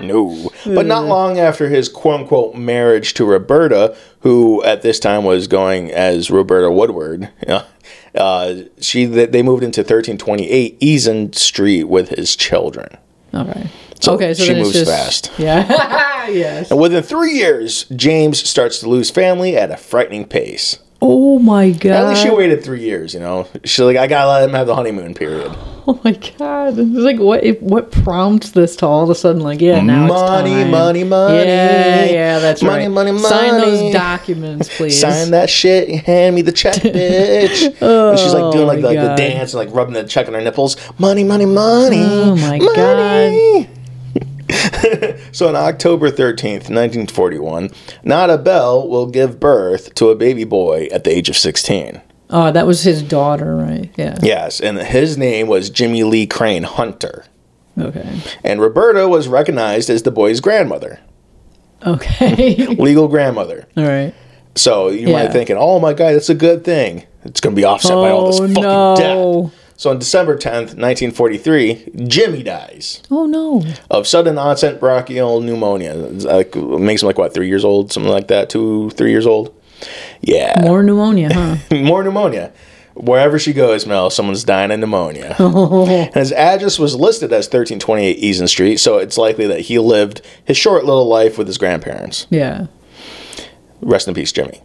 Speaker 1: No. But
Speaker 2: Hmm.
Speaker 1: not long after his quote unquote marriage to Roberta, who at this time was going as Roberta Woodward, uh, she they they moved into 1328 Eason Street with his children.
Speaker 2: all right.
Speaker 1: So
Speaker 2: okay, so
Speaker 1: she
Speaker 2: then
Speaker 1: moves
Speaker 2: it's just,
Speaker 1: fast.
Speaker 2: Yeah. yes.
Speaker 1: And within three years, James starts to lose family at a frightening pace.
Speaker 2: Oh my god.
Speaker 1: At least she waited three years, you know. She's like, I gotta let him have the honeymoon period.
Speaker 2: Oh my god! This is like what? If, what prompts this to all of a sudden like yeah now
Speaker 1: Money,
Speaker 2: it's time.
Speaker 1: money, money.
Speaker 2: yeah yeah that's
Speaker 1: Money,
Speaker 2: right
Speaker 1: money,
Speaker 2: sign
Speaker 1: money.
Speaker 2: those documents please
Speaker 1: Sign that shit, and hand me the check, bitch. and she's like doing like,
Speaker 2: Oh, my
Speaker 1: like the
Speaker 2: God.
Speaker 1: dance and like rubbing the check on her nipples. Money, money, money.
Speaker 2: Oh, my
Speaker 1: money. so on October 13th, 1941, Nada Bell will give birth to a baby boy at the age of 16.
Speaker 2: oh that was his daughter right yeah,
Speaker 1: Yes, and his name was Jimmy Lee Crane Hunter.
Speaker 2: okay
Speaker 1: And Roberta was recognized as the boy's grandmother,
Speaker 2: okay
Speaker 1: legal grandmother.
Speaker 2: all right
Speaker 1: So you might
Speaker 2: Yeah.
Speaker 1: be thinking, oh my God, that's a good thing. It's going to be offset by all this
Speaker 2: Oh,
Speaker 1: fucking
Speaker 2: no.
Speaker 1: death. So on December 10th, 1943, Jimmy dies
Speaker 2: oh no
Speaker 1: of sudden onset bronchial pneumonia. It's Like, makes him like, what, three years old? Something like that? Two, three years old? Yeah. More,
Speaker 2: more pneumonia huh
Speaker 1: pneumonia. Wherever she goes, Mel, someone's dying of pneumonia. And his address was listed as 1328 Eason Street, so it's likely that he lived his short little life with his grandparents.
Speaker 2: yeah
Speaker 1: Rest in peace, Jimmy.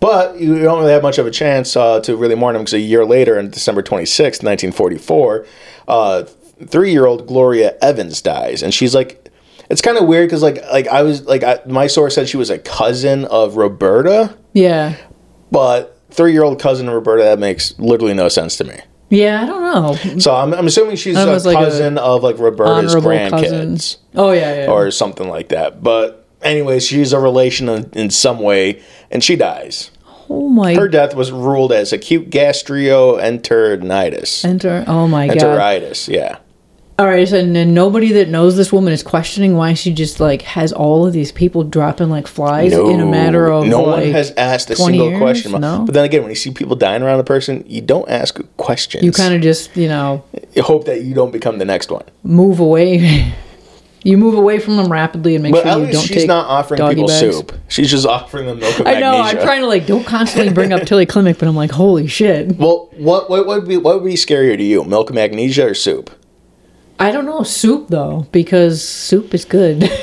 Speaker 1: But you don't really have much of a chance uh, to really mourn him because a year later, on December 26, 1944, uh, three year old Gloria Evans dies. And she's like, it's kind of weird because, like, like I was, like, I, my source said she was a cousin of Roberta,
Speaker 2: yeah
Speaker 1: but three year old cousin of Roberta, that makes literally no sense to me.
Speaker 2: yeah I don't know
Speaker 1: So I'm, I'm assuming she's a
Speaker 2: Almost like a
Speaker 1: cousin of, like, Roberta's
Speaker 2: honorable
Speaker 1: grandkids
Speaker 2: cousin oh yeah yeah
Speaker 1: or something like that. But, anyways, she's a relation in, in some way, and she dies.
Speaker 2: oh my
Speaker 1: Her death was ruled as acute gastroenteritis.
Speaker 2: enter oh my god
Speaker 1: Enteritis, yeah.
Speaker 2: All right, so and then nobody that knows this woman is questioning why she just like has all of these people dropping like flies in a matter of
Speaker 1: no
Speaker 2: like,
Speaker 1: one has asked a
Speaker 2: 20
Speaker 1: single
Speaker 2: years?
Speaker 1: question.
Speaker 2: No.
Speaker 1: But then again, when you see people dying around a person, you don't ask questions.
Speaker 2: you kind of just you know
Speaker 1: of hope that you don't become the next one.
Speaker 2: move away. you move away from them rapidly and make
Speaker 1: But
Speaker 2: sure
Speaker 1: at
Speaker 2: you don't
Speaker 1: least she's
Speaker 2: take
Speaker 1: not offering
Speaker 2: doggy
Speaker 1: people
Speaker 2: bags.
Speaker 1: soup. She's just offering them milk and
Speaker 2: I know.
Speaker 1: magnesia.
Speaker 2: I'm trying to like don't constantly bring up Tilly Clinic, but I'm like, holy shit.
Speaker 1: Well, what what would be what would be scarier to you, milk and magnesia or soup?
Speaker 2: I don't know soup though because soup is good.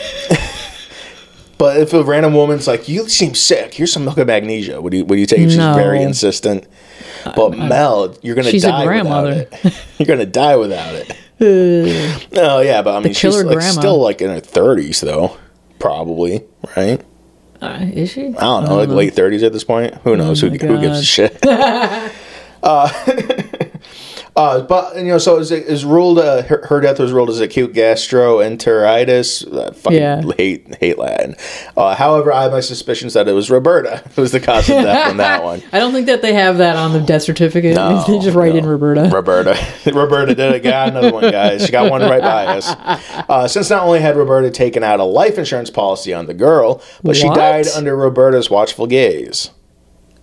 Speaker 1: But if a random woman's like, "You seem sick. Here's some milk and magnesia," would you would you take it? She's
Speaker 2: No.
Speaker 1: very insistent. But Mel, you're gonna
Speaker 2: She's a
Speaker 1: die
Speaker 2: grandmother.
Speaker 1: without it. You're gonna die without it.
Speaker 2: Uh,
Speaker 1: oh yeah, but I mean, she's
Speaker 2: killer
Speaker 1: like,
Speaker 2: grandma.
Speaker 1: still like in her thirties though, probably right.
Speaker 2: uh, is she?
Speaker 1: I don't know,
Speaker 2: Um,
Speaker 1: like late
Speaker 2: oh
Speaker 1: thirties at this point. Who knows? who,
Speaker 2: my
Speaker 1: who gives a
Speaker 2: God.
Speaker 1: shit? uh, Uh, but you know, so is it is ruled uh, her, her death was ruled as acute gastroenteritis. I fucking
Speaker 2: Yeah.
Speaker 1: hate hate Latin. Uh, however, I have my suspicions that it was Roberta who was the cause of death on that one.
Speaker 2: I don't think that they have that on the death certificate. they just write in
Speaker 1: no.
Speaker 2: Roberta.
Speaker 1: Roberta. Roberta did it. Got another one, guys. She got one right by us. Uh, since not only had Roberta taken out a life insurance policy on the girl, but she
Speaker 2: What?
Speaker 1: died under Roberta's watchful gaze.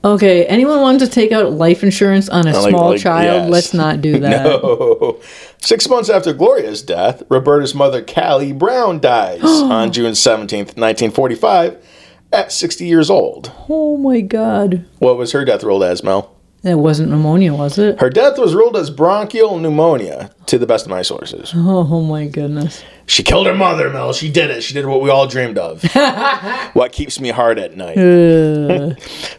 Speaker 2: Okay, anyone wants to take out life insurance on a
Speaker 1: like-
Speaker 2: small
Speaker 1: like,
Speaker 2: child?
Speaker 1: yes.
Speaker 2: Let's not do that.
Speaker 1: No. Six months after Gloria's death, Roberta's mother, Callie Brown, dies on June 17th, 1945, at 60 years old.
Speaker 2: Oh my god.
Speaker 1: What was her death ruled as, Mel?
Speaker 2: That wasn't pneumonia, was it?
Speaker 1: Her death was ruled as bronchial pneumonia, to the best of my sources.
Speaker 2: Oh my goodness.
Speaker 1: She killed her mother, Mel. She did it. She did what we all dreamed of. what keeps me hard at night.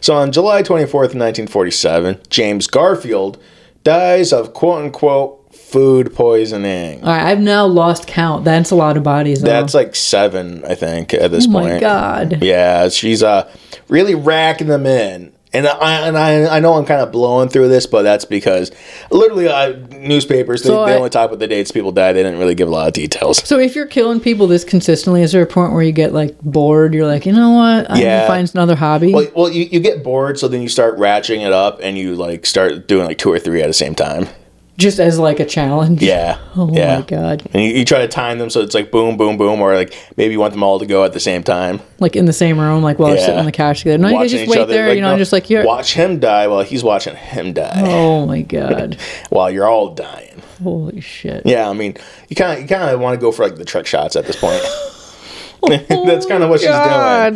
Speaker 1: so on July 24th, 1947, James Garfield dies of quote unquote food poisoning.
Speaker 2: All right, I've now lost count. That's a lot of bodies. though.
Speaker 1: That's like seven, I think, at this
Speaker 2: oh
Speaker 1: point.
Speaker 2: my god.
Speaker 1: Yeah, she's uh really racking them in. And I and I, I know I'm kind of blowing through this, but that's because literally uh, newspapers they,
Speaker 2: So
Speaker 1: they
Speaker 2: I-
Speaker 1: only talk about the dates people died. They didn't really give a lot of details.
Speaker 2: So if you're killing people this consistently, is there a point where you get like bored? You're like, you know what? I'm
Speaker 1: Yeah.
Speaker 2: gonna find another hobby.
Speaker 1: Well, well you, you get bored, so then you start ratcheting it up, and you like start doing like two or three at the same time.
Speaker 2: just as like a challenge.
Speaker 1: Yeah.
Speaker 2: Oh
Speaker 1: yeah.
Speaker 2: my god.
Speaker 1: And you, you try to time them so it's like boom, boom, boom, or like maybe you want them all to go at the same time.
Speaker 2: Like in the same room, like while they're
Speaker 1: Yeah.
Speaker 2: sitting on the couch together. No, you guys
Speaker 1: Watching
Speaker 2: just
Speaker 1: each
Speaker 2: wait
Speaker 1: other,
Speaker 2: there, you know,
Speaker 1: no,
Speaker 2: just like you're
Speaker 1: watch him die while he's watching him die
Speaker 2: Oh my god.
Speaker 1: while you're all dying.
Speaker 2: Holy shit.
Speaker 1: Yeah, I mean, you kind of you kind of want to go for like the trick shots at this point. That's kind of what she's doing.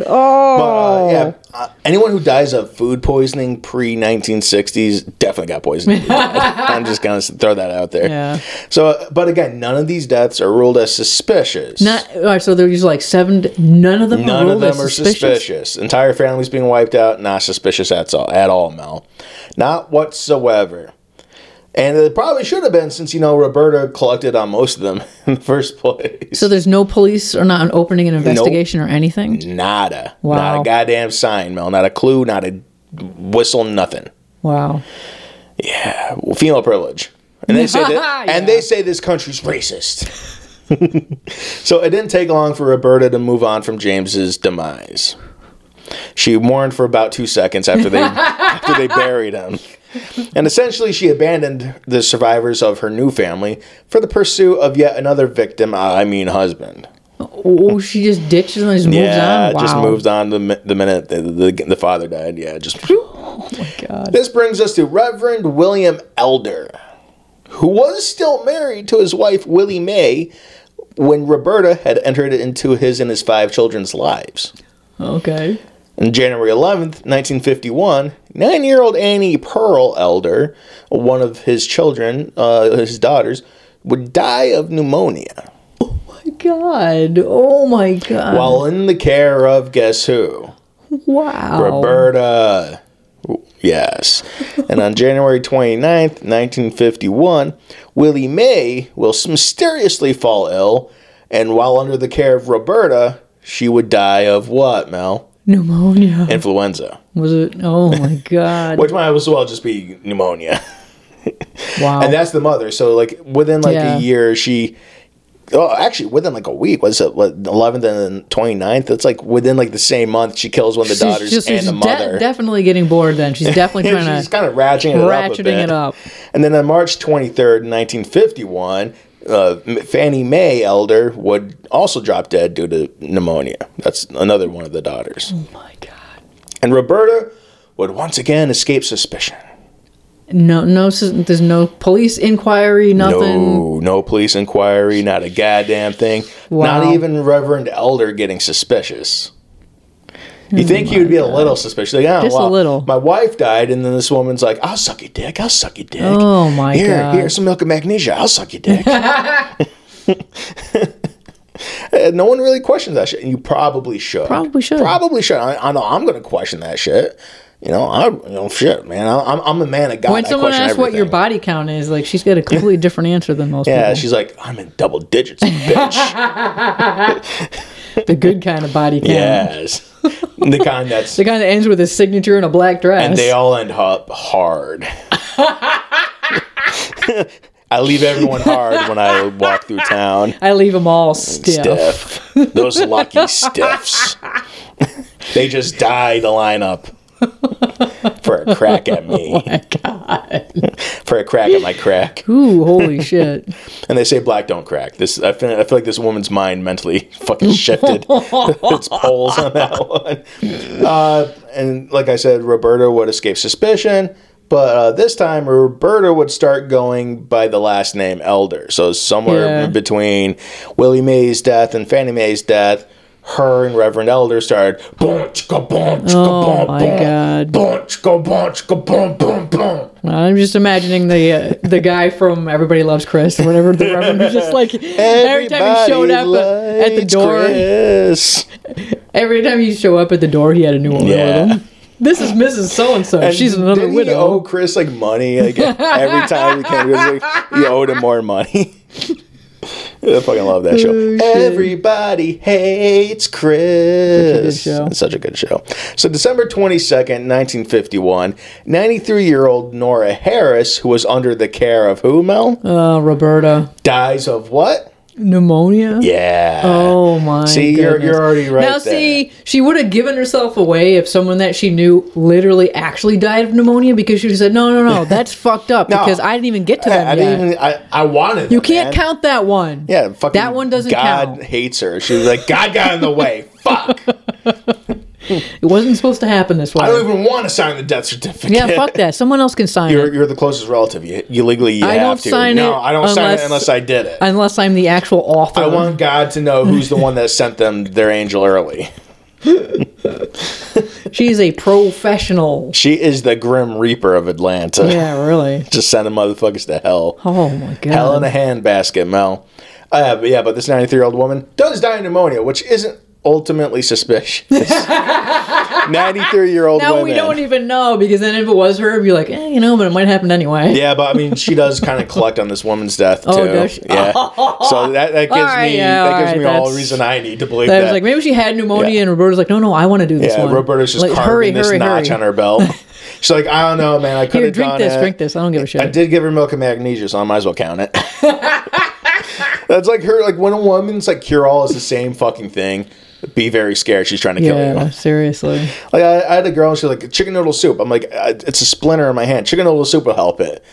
Speaker 2: Oh
Speaker 1: But, uh, yeah, uh, anyone who dies of food poisoning pre 1960s definitely got poisoned. I'm just gonna throw that out there.
Speaker 2: Yeah.
Speaker 1: So, uh, but again, none of these deaths are ruled as suspicious.
Speaker 2: Not all right. So there was like seven. None of them.
Speaker 1: None
Speaker 2: are
Speaker 1: of them are
Speaker 2: suspicious.
Speaker 1: suspicious. Entire families being wiped out. Not suspicious at all. At all, Mel. Not whatsoever. And it probably should have been since you know Roberta collected on most of them in the first place.
Speaker 2: So there's no police or not opening an investigation or anything.
Speaker 1: Nada. Not
Speaker 2: Wow.
Speaker 1: a goddamn sign, Mel. Not a clue. Not a whistle. Nothing.
Speaker 2: Wow.
Speaker 1: Female privilege. And they say that,
Speaker 2: Yeah.
Speaker 1: and they say this country's racist. so it didn't take long for Roberta to move on from James's demise. She mourned for about two seconds after they after they buried him. And essentially she abandoned the survivors of her new family for the pursuit of yet another victim, I mean husband.
Speaker 2: Oh, she just ditches and just moves
Speaker 1: Yeah,
Speaker 2: on. Wow.
Speaker 1: just moved on the, mi- the minute the, the, the father died. Yeah, just.
Speaker 2: God.
Speaker 1: This brings us to Reverend William Elder, who was still married to his wife Willie Mae when Roberta had entered into his and his five children's lives.
Speaker 2: Okay.
Speaker 1: On January 11th, 1951, nine year old Annie Pearl Elder, one of his children, uh, his daughters, would die of pneumonia
Speaker 2: God. Oh my God.
Speaker 1: while in the care of guess who?
Speaker 2: wow.
Speaker 1: Roberta. Yes. and on January 29th, 1951, Willie Mae will s- mysteriously fall ill, and while under the care of Roberta, she would die of what, Mel?
Speaker 2: Pneumonia.
Speaker 1: Influenza.
Speaker 2: was it? Oh my God.
Speaker 1: Which might as well just be pneumonia.
Speaker 2: wow.
Speaker 1: and that's the mother. So, like, within like
Speaker 2: Oh. Yeah.
Speaker 1: a year, she. Oh, actually, within like a week, was it what, 11th and then 29th? It's like within like the same month, she kills one of the daughters and the
Speaker 2: de-
Speaker 1: mother.
Speaker 2: definitely getting bored. Then she's definitely
Speaker 1: Yeah,
Speaker 2: trying
Speaker 1: she's
Speaker 2: to
Speaker 1: kind of ratcheting it up. a
Speaker 2: ratcheting
Speaker 1: bit.
Speaker 2: it up.
Speaker 1: And then on March 23rd, 1951, uh, M- Fannie Mae Elder would also drop dead due to pneumonia. That's another one of the daughters.
Speaker 2: Oh my God.
Speaker 1: And Roberta would once again escape suspicion.
Speaker 2: No, no. sus- There's no police inquiry. Nothing.
Speaker 1: No, no police inquiry, not a goddamn thing.
Speaker 2: Wow.
Speaker 1: Not even Reverend Elder getting suspicious. You think he would be a little suspicious? Like, oh,
Speaker 2: Hmm. Just a
Speaker 1: well,
Speaker 2: little.
Speaker 1: My wife died, and then this woman's like, "I'll suck your dick. I'll suck your dick.
Speaker 2: Oh, my
Speaker 1: here,
Speaker 2: God.
Speaker 1: Here's some milk and magnesia. I'll suck your dick." And no one really questions that shit, and you probably should.
Speaker 2: Probably should.
Speaker 1: Probably should. I, I know I'm going to question that shit. You know, I you know shit, man. I, I'm I'm a man of God.
Speaker 2: When
Speaker 1: I
Speaker 2: someone
Speaker 1: question
Speaker 2: asks what your
Speaker 1: everything.
Speaker 2: body count is, like she's got a completely different answer than most
Speaker 1: Yeah,
Speaker 2: people.
Speaker 1: she's like, I'm in double digits, bitch.
Speaker 2: the good kind of body count.
Speaker 1: yes. the kind that's
Speaker 2: The kind that ends with his signature and a black dress.
Speaker 1: and they all end up hard. I leave everyone hard when I walk through town.
Speaker 2: I leave them all stiff.
Speaker 1: Stiff. Those lucky stiffs. they just die to line up for a crack at
Speaker 2: Oh
Speaker 1: me. for a crack at my crack.
Speaker 2: Ooh, holy shit!
Speaker 1: And they say black don't crack. This I feel, I feel like this woman's mind mentally fucking shifted its poles on that one. Uh, and like I said, Roberta would escape suspicion, but uh, this time Roberta would start going by the last name Elder. So somewhere
Speaker 2: Yeah.
Speaker 1: between Willie Mae's death and Fannie Mae's death, her and Reverend Elder started. Bunch, ka bunch,
Speaker 2: Oh my god!
Speaker 1: bunch, ka bunch, ka boom, boom, boom.
Speaker 2: I'm just imagining the uh, the guy from Everybody Loves Chris, or whatever the reverend was just like every time he showed up uh, at the
Speaker 1: likes
Speaker 2: door.
Speaker 1: Chris.
Speaker 2: Every time you show up at the door, he had a new one
Speaker 1: Yeah.
Speaker 2: with him. This is Mrs. So and so.
Speaker 1: And
Speaker 2: She's another
Speaker 1: didn't he
Speaker 2: widow.
Speaker 1: owe Chris like money like, every time he came. He, was like, he owed him more money. I fucking love that show.
Speaker 2: Oh,
Speaker 1: Everybody hates Chris.
Speaker 2: Such a good show.
Speaker 1: It's such a good show. So December twenty second, nineteen fifty one, ninety three year old Nora Harris, who was under the care of who Mel,
Speaker 2: Uh, Roberta.
Speaker 1: dies of what?
Speaker 2: Pneumonia?
Speaker 1: Yeah.
Speaker 2: Oh my
Speaker 1: See, you're-
Speaker 2: goodness.
Speaker 1: you're already right
Speaker 2: Now
Speaker 1: there.
Speaker 2: see, she would have given herself away if someone that she knew literally actually died of pneumonia because she said, No, no, no, that's fucked up
Speaker 1: No.
Speaker 2: because I didn't even get to them
Speaker 1: I, I
Speaker 2: yet.
Speaker 1: didn't even. I, I wanted.
Speaker 2: you
Speaker 1: them,
Speaker 2: can't
Speaker 1: man.
Speaker 2: count that one.
Speaker 1: Yeah, fucking
Speaker 2: That one doesn't
Speaker 1: God
Speaker 2: count.
Speaker 1: hates her. She was like, God got in the way. Fuck.
Speaker 2: It wasn't supposed to happen this way.
Speaker 1: I don't even want to sign the death certificate.
Speaker 2: Yeah, fuck that. Someone else can sign
Speaker 1: You're,
Speaker 2: it.
Speaker 1: you're the closest relative. You, you legally you
Speaker 2: I
Speaker 1: have
Speaker 2: don't
Speaker 1: to.
Speaker 2: sign
Speaker 1: no,
Speaker 2: it
Speaker 1: I don't sign it
Speaker 2: unless-
Speaker 1: unless I did it.
Speaker 2: Unless I'm the actual author.
Speaker 1: I want God to know who's the one that sent them their angel early.
Speaker 2: She's a professional.
Speaker 1: She is the Grim Reaper of Atlanta.
Speaker 2: Yeah, really.
Speaker 1: Just sending motherfuckers to hell.
Speaker 2: Oh my god.
Speaker 1: Hell in a handbasket, Mel. Uh, but yeah, but this 93 year old woman does die of pneumonia, which isn't ultimately suspicious. 93 year old
Speaker 2: now
Speaker 1: women.
Speaker 2: we don't even know because then if it was her, it'd be like, eh, you know, but it might happen anyway.
Speaker 1: Yeah, but I mean, she does kind of collect on this woman's death too.
Speaker 2: Oh, does she?
Speaker 1: Yeah. So that, that gives
Speaker 2: right,
Speaker 1: me
Speaker 2: yeah,
Speaker 1: that
Speaker 2: all
Speaker 1: gives
Speaker 2: right,
Speaker 1: me all
Speaker 2: that's-
Speaker 1: reason I need to believe
Speaker 2: I
Speaker 1: that.
Speaker 2: was like, maybe she had pneumonia,
Speaker 1: Yeah.
Speaker 2: and Roberta's like, no, no, I want to do this
Speaker 1: yeah,
Speaker 2: one.
Speaker 1: Roberta's just
Speaker 2: Like,
Speaker 1: carving this notch on her belt. She's like, I don't know, man. I could
Speaker 2: Here,
Speaker 1: have
Speaker 2: drink
Speaker 1: done
Speaker 2: this,
Speaker 1: it.
Speaker 2: drink this. I don't give a shit.
Speaker 1: I did give her milk and magnesia, so I might as well count it. That's like her. Like when a woman's like cure all is the same fucking thing. Be very scared. She's trying to kill you.
Speaker 2: Yeah, seriously.
Speaker 1: Like I, I had a girl, and she's like chicken noodle soup. I'm like, "Uh, it's a splinter in my hand. Chicken noodle soup will help it.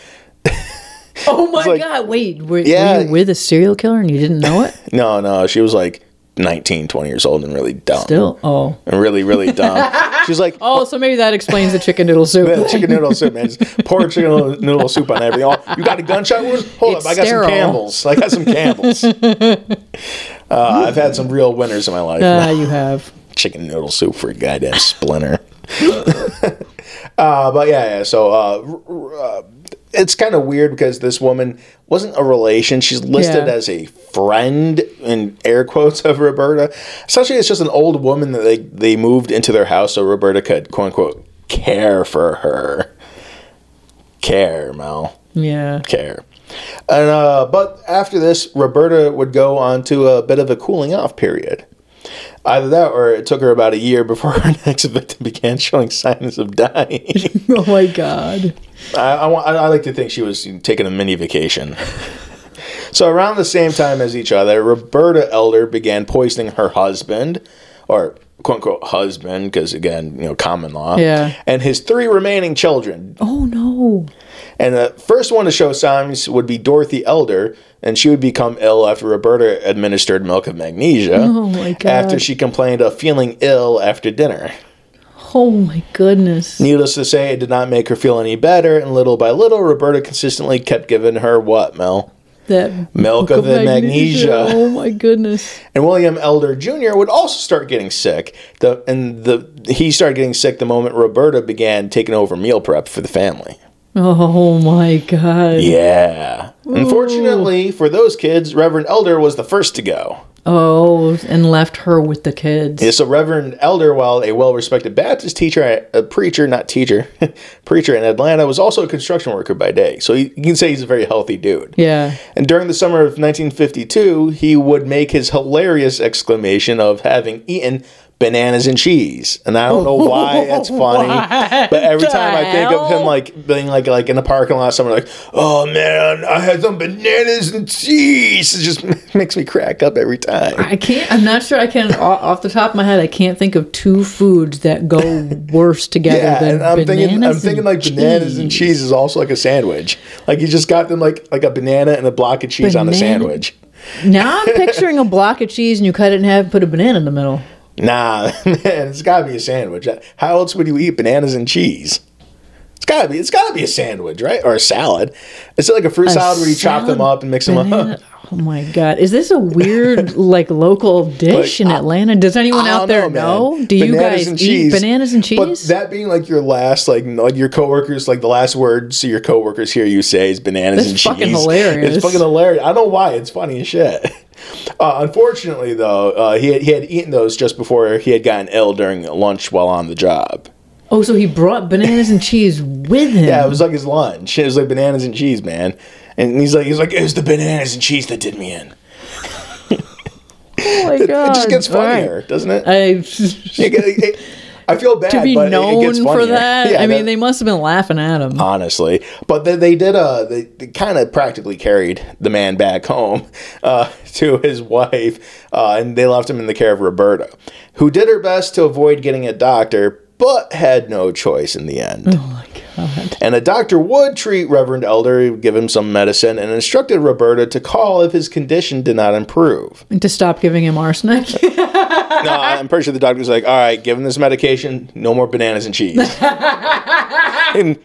Speaker 2: Oh my
Speaker 1: like-
Speaker 2: god! Wait, were,
Speaker 1: Yeah.
Speaker 2: were you with a serial killer and you didn't know it?
Speaker 1: No, no, she was like 19, 20 years old and really dumb.
Speaker 2: Still, oh,
Speaker 1: And really, really dumb. She's like, oh,
Speaker 2: oh, so maybe that explains the chicken noodle soup.
Speaker 1: chicken noodle soup, man. Just pour chicken noodle- noodle soup on everything. Oh, you got a gunshot wound? Hold
Speaker 2: It's
Speaker 1: up, I got
Speaker 2: sterile.
Speaker 1: some Campbell's. I got some Campbell's. uh, I've had some real winners in my life.
Speaker 2: Ah, you have.
Speaker 1: chicken noodle soup for a goddamn splinter. uh, but yeah, yeah. So uh, r- r- uh, it's kind of weird because this woman wasn't a relation. She's listed
Speaker 2: Yeah.
Speaker 1: as a friend in air quotes of Roberta. Essentially, it's just an old woman that they they moved into their house so Roberta could quote unquote care for her. Care, Mel
Speaker 2: Yeah.
Speaker 1: care. And uh, but after this, Roberta would go on to a bit of a cooling off period. Either that, or it took her about a year before her next victim began showing signs of dying.
Speaker 2: Oh my god.
Speaker 1: I, I, want- I I like to think she was taking a mini vacation. so around the same time as each other, Roberta Elder began poisoning her husband, or quote unquote husband, because again, you know, common law.
Speaker 2: Yeah.
Speaker 1: And his three remaining children,
Speaker 2: Oh no.
Speaker 1: and the first one to show signs would be Dorothy Elder, and she would become ill after Roberta administered milk of magnesia.
Speaker 2: Oh, my God.
Speaker 1: After she complained of feeling ill after dinner.
Speaker 2: Oh my goodness.
Speaker 1: Needless to say, it did not make her feel any better, and little by little, Roberta consistently kept giving her what, Mel?
Speaker 2: That
Speaker 1: Milk of the magnesia.
Speaker 2: Oh my goodness.
Speaker 1: And William Elder Jr. would also start getting sick. The and the he started getting sick the moment Roberta began taking over meal prep for the family.
Speaker 2: Oh my god.
Speaker 1: Yeah. Unfortunately for those kids, Reverend Elder was the first to go.
Speaker 2: Oh, and left her with the kids.
Speaker 1: Yeah, so Reverend Elder, while a well-respected Baptist teacher, a preacher, not teacher, preacher in Atlanta, was also a construction worker by day. So you you can say he's a very healthy dude.
Speaker 2: Yeah.
Speaker 1: And during the summer of 1952, he would make his hilarious exclamation of having eaten bananas and cheese, and I don't know why that's funny. But every
Speaker 2: What
Speaker 1: time
Speaker 2: the
Speaker 1: I think of
Speaker 2: hell?
Speaker 1: him like being like like in the parking lot, someone like, "Oh man, I had some bananas and cheese," it just makes me crack up every time.
Speaker 2: I can't. I'm not sure. I can o- off the top of my head. I can't think of two foods that go worse together
Speaker 1: Yeah,
Speaker 2: than
Speaker 1: and I'm thinking I'm
Speaker 2: bananas
Speaker 1: thinking
Speaker 2: and
Speaker 1: like bananas and cheese is also like a sandwich. Like you just got them like like a banana and a block of cheese on a
Speaker 2: Banana-
Speaker 1: sandwich.
Speaker 2: Now I'm picturing a block of cheese and you cut it in half and put a banana in the middle.
Speaker 1: Nah, man, it's gotta be a sandwich. How else would you eat bananas and cheese? It's gotta be. It's gotta be a sandwich, right? Or a salad. Is it like a fruit salad where you chop them
Speaker 2: salad
Speaker 1: up and mix them
Speaker 2: banana-
Speaker 1: up?
Speaker 2: Oh my god! Is this a weird like local dish
Speaker 1: Like,
Speaker 2: in Atlanta? Does anyone
Speaker 1: I
Speaker 2: out
Speaker 1: don't
Speaker 2: there
Speaker 1: man.
Speaker 2: know? Do you
Speaker 1: Bananas
Speaker 2: guys
Speaker 1: and
Speaker 2: eat
Speaker 1: cheese.
Speaker 2: bananas and
Speaker 1: But
Speaker 2: cheese?
Speaker 1: that being like your last, like n- like your coworkers, like the last words to your coworkers hear you say is bananas
Speaker 2: That's
Speaker 1: and cheese.
Speaker 2: fucking hilarious.
Speaker 1: It's fucking hilarious. I don't know why. It's funny as shit. Uh, unfortunately, though, uh, he had, he had eaten those just before he had gotten ill during lunch while on the job.
Speaker 2: oh, so he brought bananas and cheese with him.
Speaker 1: Yeah, it was like his lunch. It was like bananas and cheese, man. And he's like, he's like, it was the bananas and cheese that did me in.
Speaker 2: oh my
Speaker 1: It,
Speaker 2: god!
Speaker 1: it just gets
Speaker 2: All right.
Speaker 1: funnier, doesn't it?
Speaker 2: I,
Speaker 1: It get- it- I feel bad,
Speaker 2: to be
Speaker 1: but it- it
Speaker 2: known
Speaker 1: gets funnier.
Speaker 2: for that.
Speaker 1: Yeah,
Speaker 2: I mean,
Speaker 1: that-
Speaker 2: they must have been laughing at him.
Speaker 1: honestly. But then they did. Uh, they, they kind of practically carried the man back home uh, to his wife, uh, and they left him in the care of Roberta, who did her best to avoid getting a doctor, but had no choice in the end.
Speaker 2: oh my god!
Speaker 1: And a doctor would treat Reverend Elder, he would give him some medicine, and instructed Roberta to call if his condition did not improve.
Speaker 2: And to stop giving him arsenic.
Speaker 1: no, Uh, I'm pretty sure the doctor's like, all right, give him this medication, no more bananas and cheese. and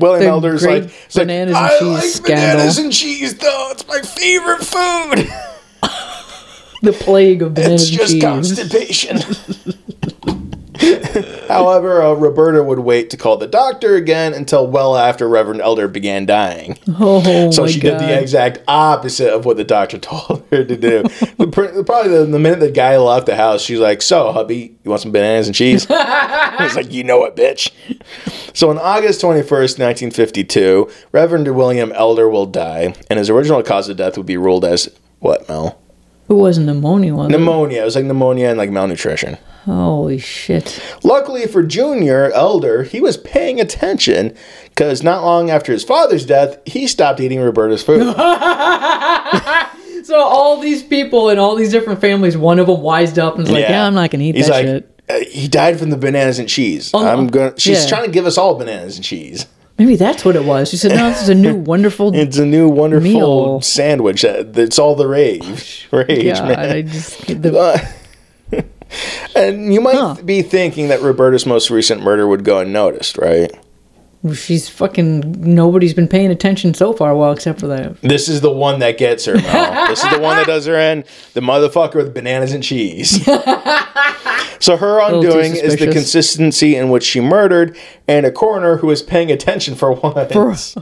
Speaker 1: William
Speaker 2: The
Speaker 1: Elder's
Speaker 2: great
Speaker 1: like, it's like,
Speaker 2: bananas and
Speaker 1: I
Speaker 2: cheese
Speaker 1: like
Speaker 2: scandal."
Speaker 1: bananas and cheese, though. It's my favorite food.
Speaker 2: the plague of
Speaker 1: it's
Speaker 2: bananas and
Speaker 1: just
Speaker 2: cheese.
Speaker 1: constipation. However, uh, Roberta would wait to call the doctor again until well after Reverend Elder began dying.
Speaker 2: oh
Speaker 1: So
Speaker 2: my
Speaker 1: she
Speaker 2: god!
Speaker 1: did the exact opposite of what the doctor told her to do. The pr- Probably the, the minute the guy left the house, she's like, "So, hubby, you want some bananas and cheese?" He's like, "You know it, bitch." So on August twenty first, nineteen fifty two, Reverend William Elder will die, and his original cause of death would be ruled as what, Mel?
Speaker 2: it wasn't pneumonia, was it?
Speaker 1: Pneumonia. It was like pneumonia and like malnutrition.
Speaker 2: Holy shit!
Speaker 1: Luckily for Junior Elder, he was paying attention because not long after his father's death, he stopped eating Roberta's food.
Speaker 2: So all these people and all these different families, one of them wised up and was like, "Yeah, I'm not gonna eat
Speaker 1: He's
Speaker 2: that
Speaker 1: like,
Speaker 2: shit."
Speaker 1: "Uh, He died from the bananas and cheese.
Speaker 2: Oh,
Speaker 1: I'm gonna. She's
Speaker 2: yeah.
Speaker 1: trying to give us all bananas and cheese.
Speaker 2: Maybe that's what it was. She said, "No, this is a new wonderful."
Speaker 1: It's a new wonderful
Speaker 2: Meal.
Speaker 1: sandwich. that- That's all the rage, rage,
Speaker 2: God, I
Speaker 1: man.
Speaker 2: just the,
Speaker 1: Uh, and you might
Speaker 2: Huh.
Speaker 1: be thinking that Roberta's most recent murder would go unnoticed, right?
Speaker 2: she's fucking nobody's been paying attention so far. Well, except for that.
Speaker 1: This is the one that gets her, Mel. this is the one that does her in. The motherfucker with bananas and cheese. so her
Speaker 2: too
Speaker 1: undoing is the
Speaker 2: suspicious.
Speaker 1: consistency in which she murdered and a coroner who was paying attention for once.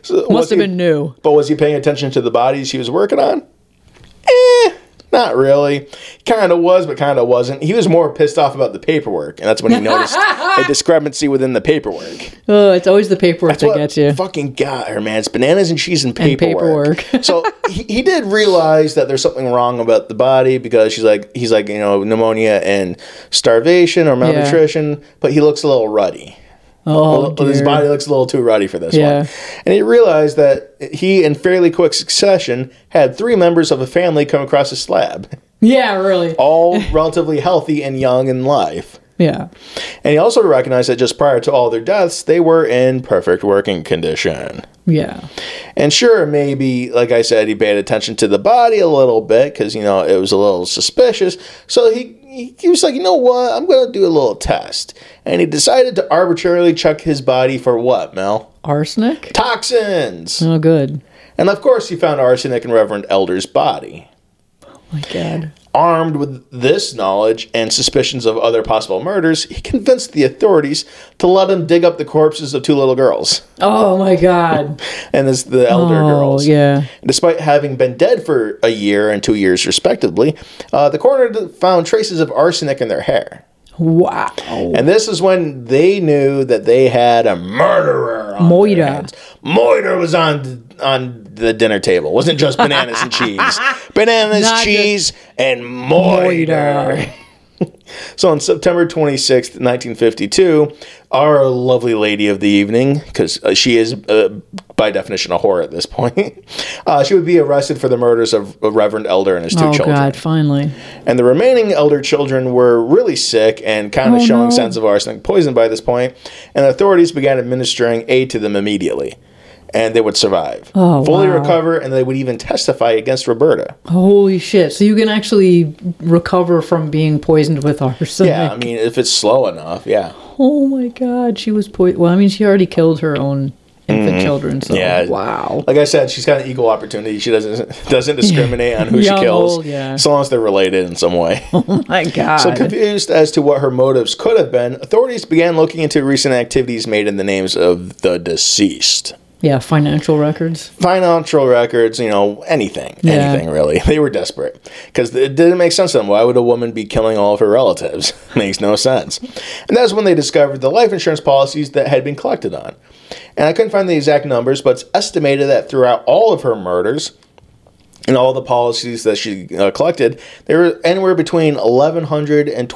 Speaker 1: So was
Speaker 2: Must have
Speaker 1: he-
Speaker 2: been new.
Speaker 1: But was he paying attention to the bodies he was working on? Eh, not really. Kind of was, but kind of wasn't. He was more pissed off about the paperwork, and that's when he noticed a discrepancy within the paperwork.
Speaker 2: Oh, it's always the paperwork that
Speaker 1: What
Speaker 2: gets you.
Speaker 1: Fucking got her, man. It's bananas and cheese and paperwork.
Speaker 2: paperwork.
Speaker 1: so he, he did realize that there's something wrong about the body because she's like he's like you know pneumonia and starvation or malnutrition, but he looks a little ruddy.
Speaker 2: Oh,
Speaker 1: Well, his
Speaker 2: dear.
Speaker 1: body looks a little too ruddy for this
Speaker 2: Yeah.
Speaker 1: one. And he realized that he, in fairly quick succession, had three members of a family come across his slab,
Speaker 2: Yeah, really.
Speaker 1: all relatively healthy and young in life.
Speaker 2: Yeah.
Speaker 1: And he also recognized that just prior to all their deaths, they were in perfect working condition.
Speaker 2: Yeah.
Speaker 1: And sure, maybe, like I said, he paid attention to the body a little bit because, you know, it was a little suspicious. So he, he, he was like, you know what? I'm going to do a little test. And he decided to arbitrarily check his body for what, Mel?
Speaker 2: Arsenic?
Speaker 1: Toxins.
Speaker 2: Oh, good.
Speaker 1: And of course, he found arsenic in Reverend Elder's body.
Speaker 2: My God.
Speaker 1: Armed with this knowledge and suspicions of other possible murders, he convinced the authorities to let him dig up the corpses of two little girls.
Speaker 2: Oh, my God.
Speaker 1: And as the elder
Speaker 2: oh,
Speaker 1: girls.
Speaker 2: yeah.
Speaker 1: Despite having been dead for a year and two years, respectively, uh, the coroner found traces of arsenic in their hair.
Speaker 2: Wow.
Speaker 1: And this is when they knew that they had a murderer on
Speaker 2: Moira.
Speaker 1: their hands. Moira was on on the dinner table. It wasn't just bananas and cheese. Bananas,
Speaker 2: Not just
Speaker 1: cheese, and Moira. So on September 26th, 1952, our lovely lady of the evening, because she is uh, by definition a whore at this point, uh, she would be arrested for the murders of a Reverend Elder and his two
Speaker 2: Oh
Speaker 1: children.
Speaker 2: God! Finally,
Speaker 1: And the remaining elder children were really sick and kind of
Speaker 2: Oh,
Speaker 1: showing
Speaker 2: no.
Speaker 1: signs of arsenic poison by this point, and authorities began administering aid to them immediately. And they would survive,
Speaker 2: Oh,
Speaker 1: fully
Speaker 2: wow. Oh,
Speaker 1: recover, and they would even testify against Roberta.
Speaker 2: holy shit! So you can actually recover from being poisoned with arsenic.
Speaker 1: Yeah, I mean, if it's slow enough, yeah.
Speaker 2: oh my God! She was poisoned. Well, I mean, she already killed her own infant children. So
Speaker 1: Mm-hmm. Yeah.
Speaker 2: wow.
Speaker 1: Like I said, she's got an equal opportunity. She doesn't doesn't discriminate on who she
Speaker 2: Young,
Speaker 1: kills,
Speaker 2: old, yeah.
Speaker 1: so long as they're related in some way.
Speaker 2: Oh my God.
Speaker 1: So confused as to what her motives could have been, authorities began looking into recent activities made in the names of the deceased.
Speaker 2: yeah, financial records.
Speaker 1: financial records, you know, anything,
Speaker 2: Yeah.
Speaker 1: anything really. They were desperate because it didn't make sense to them. Why would a woman be killing all of her relatives? Makes no sense. And that's when they discovered the life insurance policies that had been collected on. And I couldn't find the exact numbers, but it's estimated that throughout all of her murders and all the policies that she uh, collected, they were anywhere between 1100 and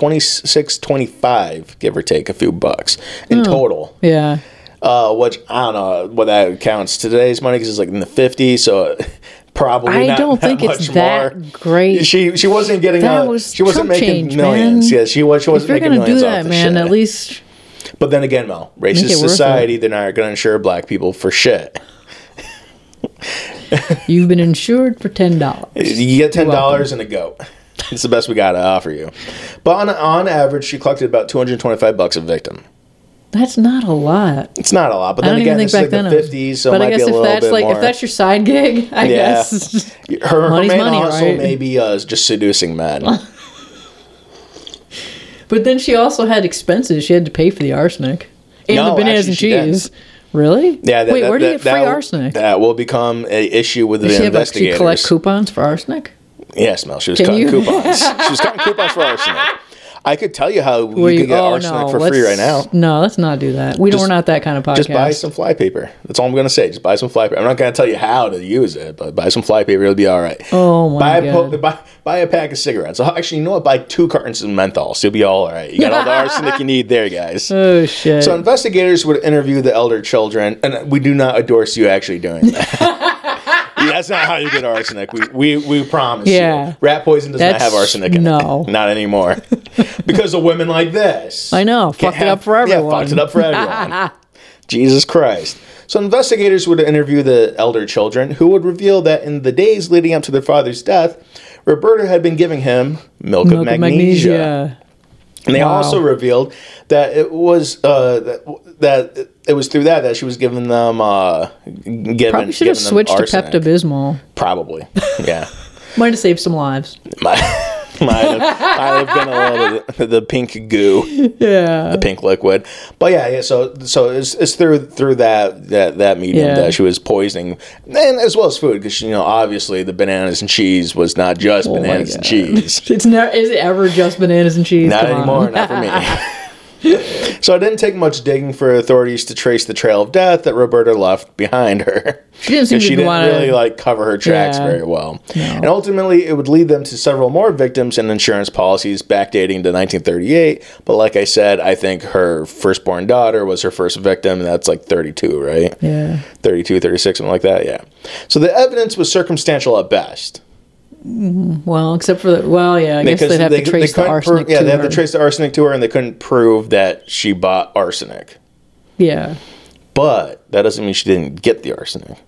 Speaker 1: 2625, give or take a few bucks in total
Speaker 2: Yeah.
Speaker 1: uh, which I don't know what that counts today's money because it's like in the 50s, so probably
Speaker 2: I
Speaker 1: not
Speaker 2: don't
Speaker 1: that
Speaker 2: think it's
Speaker 1: much
Speaker 2: that
Speaker 1: more.
Speaker 2: great.
Speaker 1: She she wasn't getting
Speaker 2: That
Speaker 1: uh,
Speaker 2: was
Speaker 1: she wasn't
Speaker 2: Trump
Speaker 1: making
Speaker 2: change,
Speaker 1: millions.
Speaker 2: man.
Speaker 1: Yeah, she was she
Speaker 2: If
Speaker 1: wasn't
Speaker 2: you're
Speaker 1: making
Speaker 2: gonna
Speaker 1: millions
Speaker 2: do
Speaker 1: off
Speaker 2: that,
Speaker 1: this
Speaker 2: man,
Speaker 1: shit.
Speaker 2: at least
Speaker 1: But then again, Mel,
Speaker 2: it
Speaker 1: racist
Speaker 2: worth
Speaker 1: society, they're not going to insure black people for shit.
Speaker 2: you've been insured for ten dollars.
Speaker 1: You get ten dollars and a goat. It's the best we got to offer you. But on on average, she collected about two hundred twenty five bucks a victim.
Speaker 2: That's not a lot.
Speaker 1: It's not a lot, but
Speaker 2: I
Speaker 1: then
Speaker 2: don't
Speaker 1: again,
Speaker 2: even
Speaker 1: it's
Speaker 2: think
Speaker 1: like
Speaker 2: back then.
Speaker 1: the
Speaker 2: it was-
Speaker 1: fifties, so it
Speaker 2: but
Speaker 1: might
Speaker 2: I guess
Speaker 1: be a
Speaker 2: if
Speaker 1: little
Speaker 2: that's
Speaker 1: bit
Speaker 2: like
Speaker 1: more.
Speaker 2: if that's your side gig, I guess.
Speaker 1: her, her
Speaker 2: Money's
Speaker 1: main
Speaker 2: money,
Speaker 1: hustle
Speaker 2: right?
Speaker 1: may be uh, just seducing men.
Speaker 2: But then she also had expenses. She had to pay for the arsenic and
Speaker 1: No,
Speaker 2: the bananas
Speaker 1: actually,
Speaker 2: and
Speaker 1: she didn't.
Speaker 2: cheese. Really?
Speaker 1: Yeah. That,
Speaker 2: Wait,
Speaker 1: that-
Speaker 2: where do you
Speaker 1: that-
Speaker 2: get free
Speaker 1: that-
Speaker 2: arsenic?
Speaker 1: That will become an issue with
Speaker 2: Did
Speaker 1: the
Speaker 2: she have like she
Speaker 1: investigators.
Speaker 2: collect coupons for arsenic?
Speaker 1: yes, Mel. She was
Speaker 2: Can
Speaker 1: cutting
Speaker 2: you-
Speaker 1: coupons. she was cutting coupons for arsenic. I could tell you how
Speaker 2: Wait,
Speaker 1: you could get
Speaker 2: oh,
Speaker 1: arsenic
Speaker 2: no,
Speaker 1: for free right
Speaker 2: let's-
Speaker 1: now.
Speaker 2: No, let's not do that. We don't.
Speaker 1: Just-
Speaker 2: We're not that kind of podcast.
Speaker 1: Just buy some fly paper. That's all I'm gonna say. Just buy some fly paper. I'm not gonna tell you how to use it, but buy some fly paper. It'll be all right.
Speaker 2: Oh, my
Speaker 1: buy a po-
Speaker 2: God.
Speaker 1: buy, buy a pack of cigarettes. Oh, Actually, you know what? Buy two cartons of menthol. So you'll be all right. You got all the arsenic you need there, guys.
Speaker 2: oh shit!
Speaker 1: So investigators would interview the elder children, and we do not endorse you actually doing that. Yeah, That's not how you get arsenic. We we, we promise. you.
Speaker 2: Yeah.
Speaker 1: rat poison does
Speaker 2: That's-
Speaker 1: not have arsenic in
Speaker 2: no.
Speaker 1: it. Not anymore, because of women like this.
Speaker 2: I know.
Speaker 1: Can't
Speaker 2: Fucked it up for
Speaker 1: Yeah, fucked
Speaker 2: everyone.
Speaker 1: it up for everyone. Jesus Christ. So investigators would interview the elder children, who would reveal that in the days leading up to their father's death, Roberta had been giving him milk,
Speaker 2: Milk
Speaker 1: of
Speaker 2: of
Speaker 1: magnesia.
Speaker 2: magnesia.
Speaker 1: And they
Speaker 2: Wow.
Speaker 1: also revealed that it was uh, that, that it was through that that she was giving them uh, given
Speaker 2: Probably should have switched to Pepto Bismol.
Speaker 1: Probably, yeah.
Speaker 2: Might have saved some lives.
Speaker 1: might, might, have, might have been a little bit the pink goo,
Speaker 2: Yeah.
Speaker 1: pink liquid. But yeah, yeah. So so it's, it's through through that that that medium
Speaker 2: Yeah.
Speaker 1: that she was poisoning, and as well as food, because you know obviously the bananas and cheese was not just
Speaker 2: Oh my
Speaker 1: bananas and
Speaker 2: God.
Speaker 1: cheese.
Speaker 2: It's never is it ever just bananas and cheese?
Speaker 1: Not
Speaker 2: Come on.
Speaker 1: anymore, not for me. so it didn't take much digging for authorities to trace the trail of death that Roberta left behind her.
Speaker 2: She didn't seem
Speaker 1: 'Cause she
Speaker 2: to
Speaker 1: didn't
Speaker 2: wanna-
Speaker 1: really like cover her tracks
Speaker 2: Yeah.
Speaker 1: very well. And ultimately it would lead them to several more victims and insurance policies backdating to 1938, but like I said, I think her firstborn daughter was her first victim and that's like 32, right?
Speaker 2: Yeah.
Speaker 1: 32, 36, something like that, yeah. So the evidence was circumstantial at best.
Speaker 2: Well, except for the well, yeah. I guess they'd have to trace the
Speaker 1: couldn't
Speaker 2: arsenic.
Speaker 1: prove, yeah,
Speaker 2: to
Speaker 1: they have
Speaker 2: her.
Speaker 1: to trace the arsenic to her, and they couldn't prove that she bought arsenic.
Speaker 2: Yeah.
Speaker 1: But that doesn't mean she didn't get the arsenic.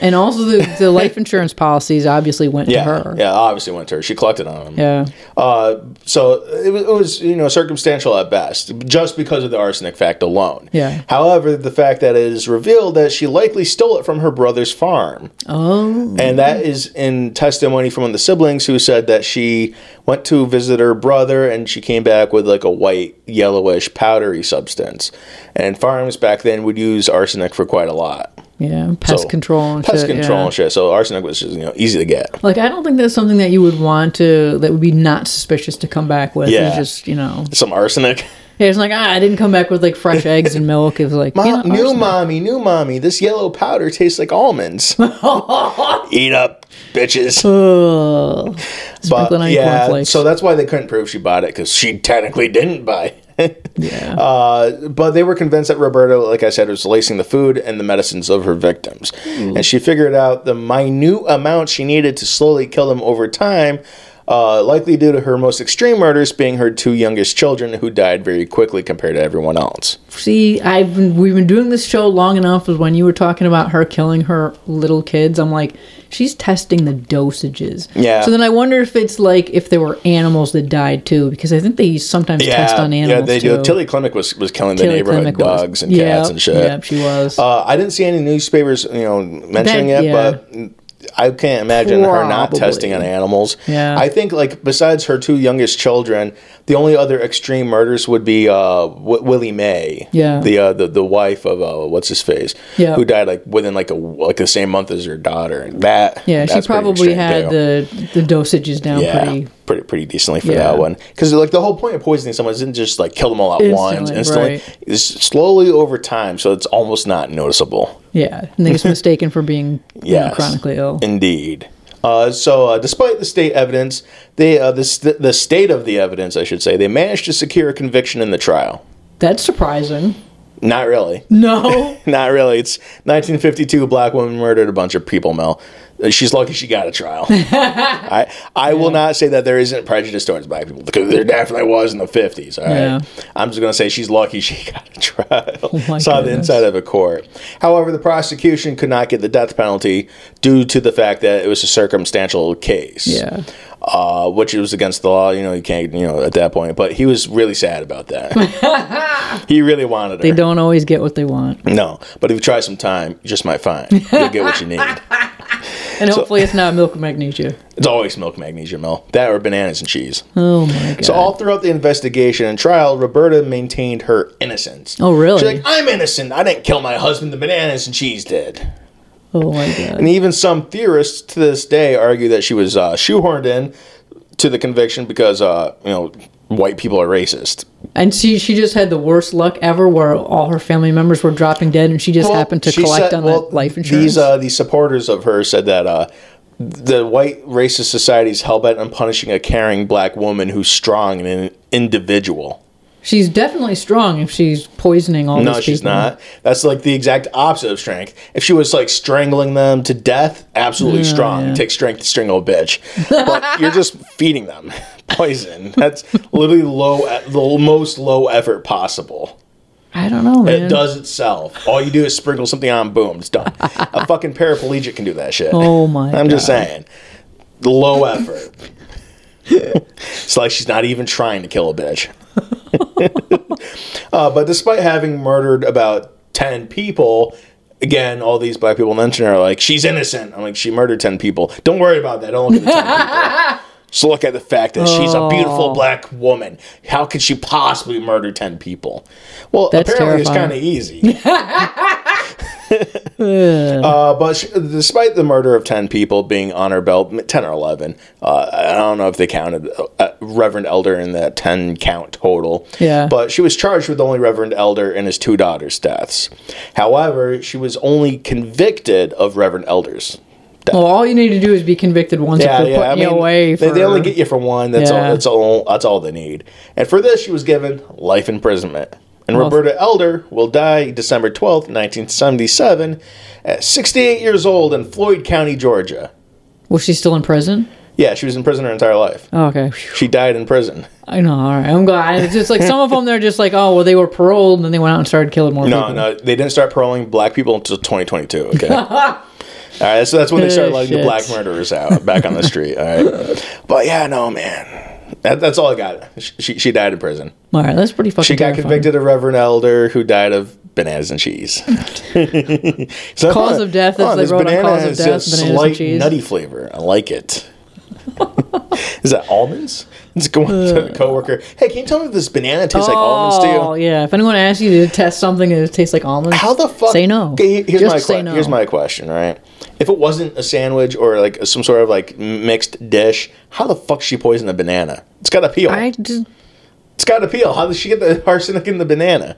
Speaker 2: And also the, the life insurance policies obviously went
Speaker 1: Yeah,
Speaker 2: to her.
Speaker 1: yeah, obviously went to her. She collected on him.
Speaker 2: Yeah.
Speaker 1: Uh, so it was, it was, you know, circumstantial at best, just because of the arsenic fact alone.
Speaker 2: Yeah.
Speaker 1: However, the fact that it is revealed that she likely stole it from her brother's farm.
Speaker 2: Oh.
Speaker 1: And that is in testimony from one of the siblings who said that she went to visit her brother and she came back with like a white, yellowish, powdery substance. And farms back then would use arsenic for quite a lot.
Speaker 2: Yeah. Pest
Speaker 1: So,
Speaker 2: control and
Speaker 1: pest
Speaker 2: shit,
Speaker 1: control
Speaker 2: yeah.
Speaker 1: and shit. So arsenic was just, you know easy to get.
Speaker 2: Like I don't think that's something that you would want to that would be not suspicious to come back with.
Speaker 1: Yeah.
Speaker 2: It's just, you know.
Speaker 1: Some arsenic.
Speaker 2: Yeah, it's like ah, I didn't come back with like fresh eggs and milk. It was like you know,
Speaker 1: Mom, new
Speaker 2: arsenic.
Speaker 1: mommy, new mommy. This yellow powder tastes like almonds. Eat up, bitches.
Speaker 2: Ugh.
Speaker 1: But,
Speaker 2: Sprinkling on your
Speaker 1: yeah,
Speaker 2: cornflakes.
Speaker 1: so that's why they couldn't prove she bought it because she technically didn't buy. it.
Speaker 2: yeah.
Speaker 1: Uh, but they were convinced that Roberto, like I said, was lacing the food and the medicines of her victims.
Speaker 2: Hmm.
Speaker 1: And she figured out the minute amount she needed to slowly kill them over time, uh, likely due to her most extreme murders being her two youngest children, who died very quickly compared to everyone else.
Speaker 2: See, I've been, we've been doing this show long enough. Is when you were talking about her killing her little kids. I'm like, she's testing the dosages.
Speaker 1: Yeah.
Speaker 2: So then I wonder if it's like if there were animals that died too, because I think they sometimes test on animals.
Speaker 1: they
Speaker 2: too.
Speaker 1: do. Tilly Klimick was, was killing the
Speaker 2: Tilly
Speaker 1: neighborhood
Speaker 2: Klimic was.
Speaker 1: dogs and
Speaker 2: Yep,
Speaker 1: cats and shit.
Speaker 2: Yep, she was.
Speaker 1: Uh, I didn't see any newspapers, you know, mentioning
Speaker 2: That-
Speaker 1: it, but I can't imagine her not
Speaker 2: Probably.
Speaker 1: testing on animals.
Speaker 2: Yeah.
Speaker 1: I think like besides her two youngest children, the only other extreme murders would be uh, w- Willie Mae,
Speaker 2: Yeah.
Speaker 1: the uh, the the wife of uh, what's his face,
Speaker 2: Yeah.
Speaker 1: who died like within like a like the same month as her daughter. That
Speaker 2: yeah, she
Speaker 1: that's pretty
Speaker 2: probably
Speaker 1: extreme, too.
Speaker 2: had the the dosages down
Speaker 1: Yeah,
Speaker 2: pretty.
Speaker 1: pretty pretty decently for
Speaker 2: Yeah.
Speaker 1: that one. Because like the whole point of poisoning someone isn't just like kill them all at once
Speaker 2: Instantly,
Speaker 1: instantly.
Speaker 2: right.
Speaker 1: It's slowly over time, so it's almost not noticeable.
Speaker 2: Yeah, and they was mistaken for being you know,
Speaker 1: Yes.
Speaker 2: chronically ill.
Speaker 1: Indeed. Uh, so, uh, despite the state evidence, they uh, the, st- the state of the evidence, I should say, they managed to secure a conviction in the trial.
Speaker 2: That's surprising.
Speaker 1: Not really.
Speaker 2: No.
Speaker 1: Not really. It's 1952. A black woman murdered a bunch of people. Mel. Uh, She's lucky she got a trial. I I will not say that there isn't prejudice towards black people because there definitely was in the 50s. All right.
Speaker 2: Yeah. Oh
Speaker 1: I'm just gonna say she's lucky she got a trial.
Speaker 2: my
Speaker 1: Saw the
Speaker 2: goodness.
Speaker 1: inside of a court. However, the prosecution could not get the death penalty due to the fact that it was a circumstantial case
Speaker 2: yeah.
Speaker 1: uh, which was against the law. You know, you can't, you know, at that point. But he was really sad about that. he really wanted her.
Speaker 2: They don't always get what they want.
Speaker 1: No, but if you try some time, you just might find you'll get what you need.
Speaker 2: And hopefully it's not milk and magnesia.
Speaker 1: It's always milk, magnesia, milk, that or bananas and cheese.
Speaker 2: Oh my god.
Speaker 1: So all throughout the investigation and trial, Roberta maintained her innocence.
Speaker 2: Oh, really?
Speaker 1: She's like, I'm innocent. I didn't kill my husband. The bananas and cheese did.
Speaker 2: oh my god.
Speaker 1: And even some theorists to this day argue that she was uh, shoehorned in to the conviction because, uh, you know, white people are racist.
Speaker 2: And she she just had the worst luck ever where all her family members were dropping dead and she just
Speaker 1: Well,
Speaker 2: happened to
Speaker 1: she
Speaker 2: collect
Speaker 1: said-
Speaker 2: on
Speaker 1: well,
Speaker 2: that life insurance.
Speaker 1: These uh, these supporters of her said that uh, the white racist society is hell bent on punishing a caring black woman who's strong and an individual.
Speaker 2: she's definitely strong if she's poisoning all
Speaker 1: No,
Speaker 2: these
Speaker 1: she's
Speaker 2: people.
Speaker 1: not. That's like the exact opposite of strength. If she was like strangling them to death, absolutely strong. Take strength to strangle a bitch. But you're just feeding them poison. That's literally low, e- the most low effort possible.
Speaker 2: I don't know, man.
Speaker 1: It does itself. All you do is sprinkle something on, boom, it's done. a fucking paraplegic can do that shit.
Speaker 2: Oh my
Speaker 1: I'm just saying. Low effort. it's like she's not even trying to kill a bitch. uh, but despite having murdered about 10 people, again, all these black people mentioned are like, she's innocent. I'm like, she murdered 10 people. Don't worry about that. Don't look at the 10 people. Just look at the fact that she's a
Speaker 2: Oh.
Speaker 1: beautiful black woman. How could she possibly murder 10 people? Well,
Speaker 2: That's
Speaker 1: apparently
Speaker 2: terrifying.
Speaker 1: it's kind of easy. uh, but sh- despite the murder of 10 people being on her belt, 10 or 11, uh, I don't know if they counted uh, uh, Reverend Elder in that 10 count total.
Speaker 2: Yeah.
Speaker 1: But she was charged with only Reverend Elder and his two daughters' deaths. However, she was only convicted of Reverend Elder's
Speaker 2: Well, all you need to do is be convicted once if they're putting you away
Speaker 1: they,
Speaker 2: for
Speaker 1: they only get you for one. That's
Speaker 2: Yeah.
Speaker 1: all. That's all. That's all they need. And for this, she was given life imprisonment. And
Speaker 2: Well-
Speaker 1: Roberta Elder will die December twelfth, nineteen seventy-seven, at sixty-eight years old in Floyd County, Georgia.
Speaker 2: Was she still in prison?
Speaker 1: Yeah, she was in prison her entire life.
Speaker 2: Oh, okay. Phew.
Speaker 1: She died in prison.
Speaker 2: I know, all right. I'm glad. It's just like some of them they're just like, "Oh, well they were paroled and then they went out and started killing more
Speaker 1: No,
Speaker 2: people."
Speaker 1: no, they didn't start paroling black people until 2022. Okay. all right, so that's when they started letting the
Speaker 2: Oh, Shit.
Speaker 1: black murderers out back on the street. All right, but yeah, no, man, that, that's all I got. She, she, she died in prison.
Speaker 2: All right, that's pretty fucking
Speaker 1: She got
Speaker 2: terrifying.
Speaker 1: convicted of Reverend Elder who died of bananas and cheese. so
Speaker 2: Cause of death, that's like
Speaker 1: this
Speaker 2: wrote on
Speaker 1: banana
Speaker 2: cause of
Speaker 1: has
Speaker 2: death,
Speaker 1: a
Speaker 2: bananas and
Speaker 1: slight
Speaker 2: cheese.
Speaker 1: nutty flavor. I like it. Is that almonds? It's going to a coworker. Hey, can you tell me if this banana tastes like almonds to
Speaker 2: Oh,
Speaker 1: you?
Speaker 2: yeah. If anyone asks you to test something and it tastes like almonds,
Speaker 1: How the fuck?
Speaker 2: Say no.
Speaker 1: Okay, here's
Speaker 2: Just
Speaker 1: my
Speaker 2: say
Speaker 1: que-
Speaker 2: no.
Speaker 1: here's my question. Right, if it wasn't a sandwich or like some sort of like mixed dish, how the fuck she poisoned a banana? It's got to peel.
Speaker 2: I just
Speaker 1: It's got to peel. How does she get the arsenic in the banana?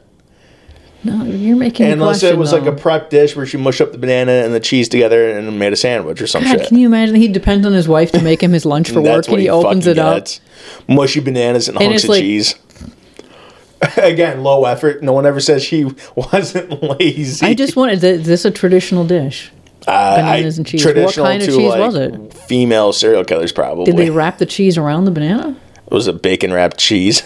Speaker 2: No, you're making.
Speaker 1: And unless
Speaker 2: question,
Speaker 1: it was like
Speaker 2: though.
Speaker 1: a prep dish where she mushed up the banana and the cheese together and made a sandwich or some
Speaker 2: God,
Speaker 1: shit.
Speaker 2: can you imagine? He depends on his wife to make him his lunch for work,
Speaker 1: That's
Speaker 2: and
Speaker 1: what
Speaker 2: he opens it
Speaker 1: fucking
Speaker 2: up.
Speaker 1: gets. Mushy bananas and,
Speaker 2: And
Speaker 1: hunks
Speaker 2: it's
Speaker 1: of
Speaker 2: like-
Speaker 1: cheese. Again, low effort. No one ever says she wasn't lazy.
Speaker 2: I just wanted. Is this a traditional dish?
Speaker 1: Uh,
Speaker 2: bananas and cheese. What kind of cheese was it?
Speaker 1: Female serial killers, probably.
Speaker 2: Did they wrap the cheese around the banana?
Speaker 1: it was a bacon wrapped cheese.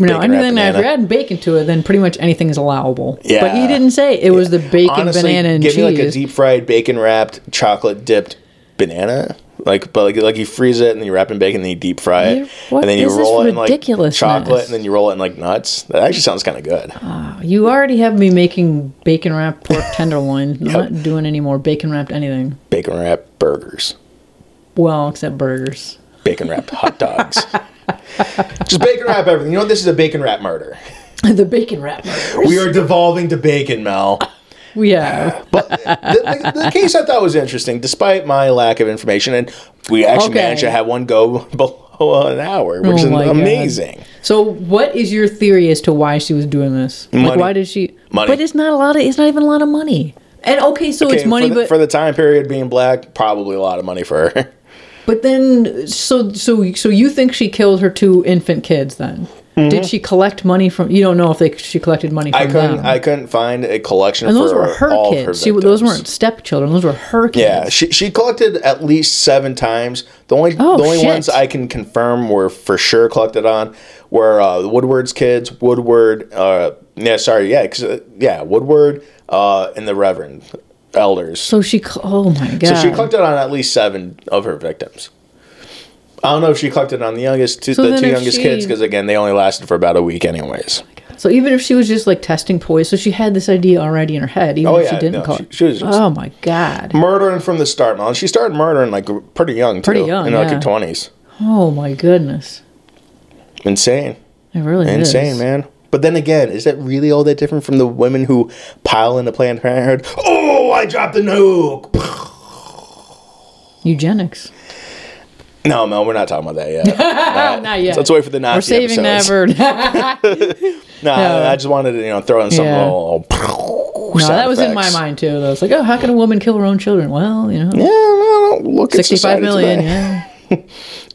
Speaker 2: No,
Speaker 1: Bacon-wrapped
Speaker 2: anything that if you
Speaker 1: banana.
Speaker 2: add bacon to it, then pretty much anything is allowable. But he
Speaker 1: Yeah.
Speaker 2: didn't say it was the bacon,
Speaker 1: Honestly,
Speaker 2: banana, and
Speaker 1: give
Speaker 2: cheese.
Speaker 1: me like a deep fried bacon wrapped chocolate dipped banana. Like, but like, like you freeze it and you wrap it in bacon and you deep fry
Speaker 2: You're-
Speaker 1: it,
Speaker 2: what
Speaker 1: and then you
Speaker 2: is this
Speaker 1: roll it in like
Speaker 2: ridiculousness?
Speaker 1: chocolate, and then you roll it in like nuts. That actually sounds kind of good.
Speaker 2: you already have me making bacon wrapped pork tenderloin. I'm not doing any more bacon wrapped anything.
Speaker 1: Bacon wrapped burgers,
Speaker 2: Well, except burgers.
Speaker 1: bacon wrapped hot dogs. Just bacon wrap everything. You know what? This is a bacon wrap murder.
Speaker 2: the bacon wrap.
Speaker 1: We are devolving to bacon, Mel.
Speaker 2: Yeah.
Speaker 1: But the, the, the case I thought was interesting, despite my lack of information, and we actually
Speaker 2: Okay. Oh
Speaker 1: managed to have one go below an hour, which
Speaker 2: my
Speaker 1: is
Speaker 2: God.
Speaker 1: amazing.
Speaker 2: So, what is your theory as to why she was doing this? Like,
Speaker 1: Money.
Speaker 2: why did she?
Speaker 1: Money.
Speaker 2: But it's not a lot of. It's not even a lot of money. And okay, so
Speaker 1: Okay,
Speaker 2: it's money,
Speaker 1: for the,
Speaker 2: but
Speaker 1: for the time period being black, probably a lot of money for her.
Speaker 2: But then, so so so you think she killed her two infant kids? Then did she collect money from? You don't know if they she collected money from
Speaker 1: Mm-hmm. I couldn't.
Speaker 2: them.
Speaker 1: I couldn't find a collection.
Speaker 2: and those
Speaker 1: for
Speaker 2: were her
Speaker 1: all of
Speaker 2: kids.
Speaker 1: Her
Speaker 2: she, those
Speaker 1: victims.
Speaker 2: weren't stepchildren. Those were her kids.
Speaker 1: Yeah, she, she collected at least seven times. The only
Speaker 2: Oh,
Speaker 1: the only
Speaker 2: shit.
Speaker 1: ones I can confirm were for sure collected on were uh, Woodward's kids, Woodward. Uh, yeah, sorry, yeah, 'cause, uh, yeah, Woodward uh, and the Reverend elders. So,
Speaker 2: So she. co- Oh my god.
Speaker 1: she collected on at least seven of her victims. I don't know if she collected on the youngest, two,
Speaker 2: So
Speaker 1: the
Speaker 2: then
Speaker 1: two
Speaker 2: if
Speaker 1: youngest
Speaker 2: she-
Speaker 1: kids, because again, they only lasted for about a week, anyways.
Speaker 2: so even if she was just like testing poise, so she had this idea already in her head, even
Speaker 1: Oh,
Speaker 2: if she
Speaker 1: yeah,
Speaker 2: didn't
Speaker 1: no,
Speaker 2: collect.
Speaker 1: she- she was just-
Speaker 2: oh my god.
Speaker 1: Murdering from the start, man. She started murdering like pretty young, too,
Speaker 2: Pretty young,
Speaker 1: in like her
Speaker 2: yeah.
Speaker 1: twenties.
Speaker 2: Oh my goodness.
Speaker 1: Insane.
Speaker 2: It really is
Speaker 1: Insane, man. But then again, is that really all that different from the women who pile into Planned Parenthood? Oh, I dropped the nuke.
Speaker 2: Eugenics.
Speaker 1: No, Mel, we're not talking about that yet. All right.
Speaker 2: Not yet.
Speaker 1: Let's wait for the Nazi
Speaker 2: We're saving
Speaker 1: episodes.
Speaker 2: that for.
Speaker 1: No,
Speaker 2: No.
Speaker 1: I just wanted to, you know, throw in some
Speaker 2: Yeah.
Speaker 1: little.
Speaker 2: no, that was in my mind too. Though it's like, oh, how can a woman kill her own children? Well, you know.
Speaker 1: Yeah, well, look at
Speaker 2: Sixty-five
Speaker 1: society
Speaker 2: million,
Speaker 1: today.
Speaker 2: yeah.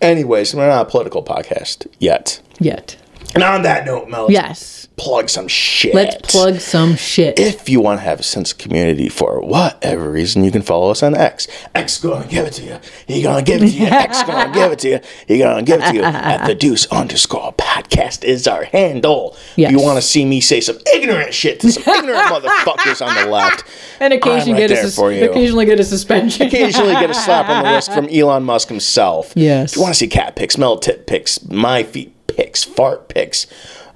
Speaker 1: Anyways, we're not a political podcast yet.
Speaker 2: Yet.
Speaker 1: And on that note, Mel, let's
Speaker 2: Yes.
Speaker 1: plug some shit.
Speaker 2: Let's plug some shit.
Speaker 1: If you want to have a sense of community for whatever reason, you can follow us on X. X gonna give it to you. He gonna give it to you. X gonna give it to you. He gonna give it to you. At the Deuce underscore podcast is our handle.
Speaker 2: Yes.
Speaker 1: You want to see me say some ignorant shit to some ignorant motherfuckers on the left?
Speaker 2: and occasionally
Speaker 1: I'm right
Speaker 2: get a
Speaker 1: there
Speaker 2: sus-
Speaker 1: for you.
Speaker 2: occasionally get a suspension.
Speaker 1: Occasionally get a slap on the wrist from Elon Musk himself.
Speaker 2: Yes.
Speaker 1: If you want to see cat pics, smell tip pics, my feet pics, fart pics.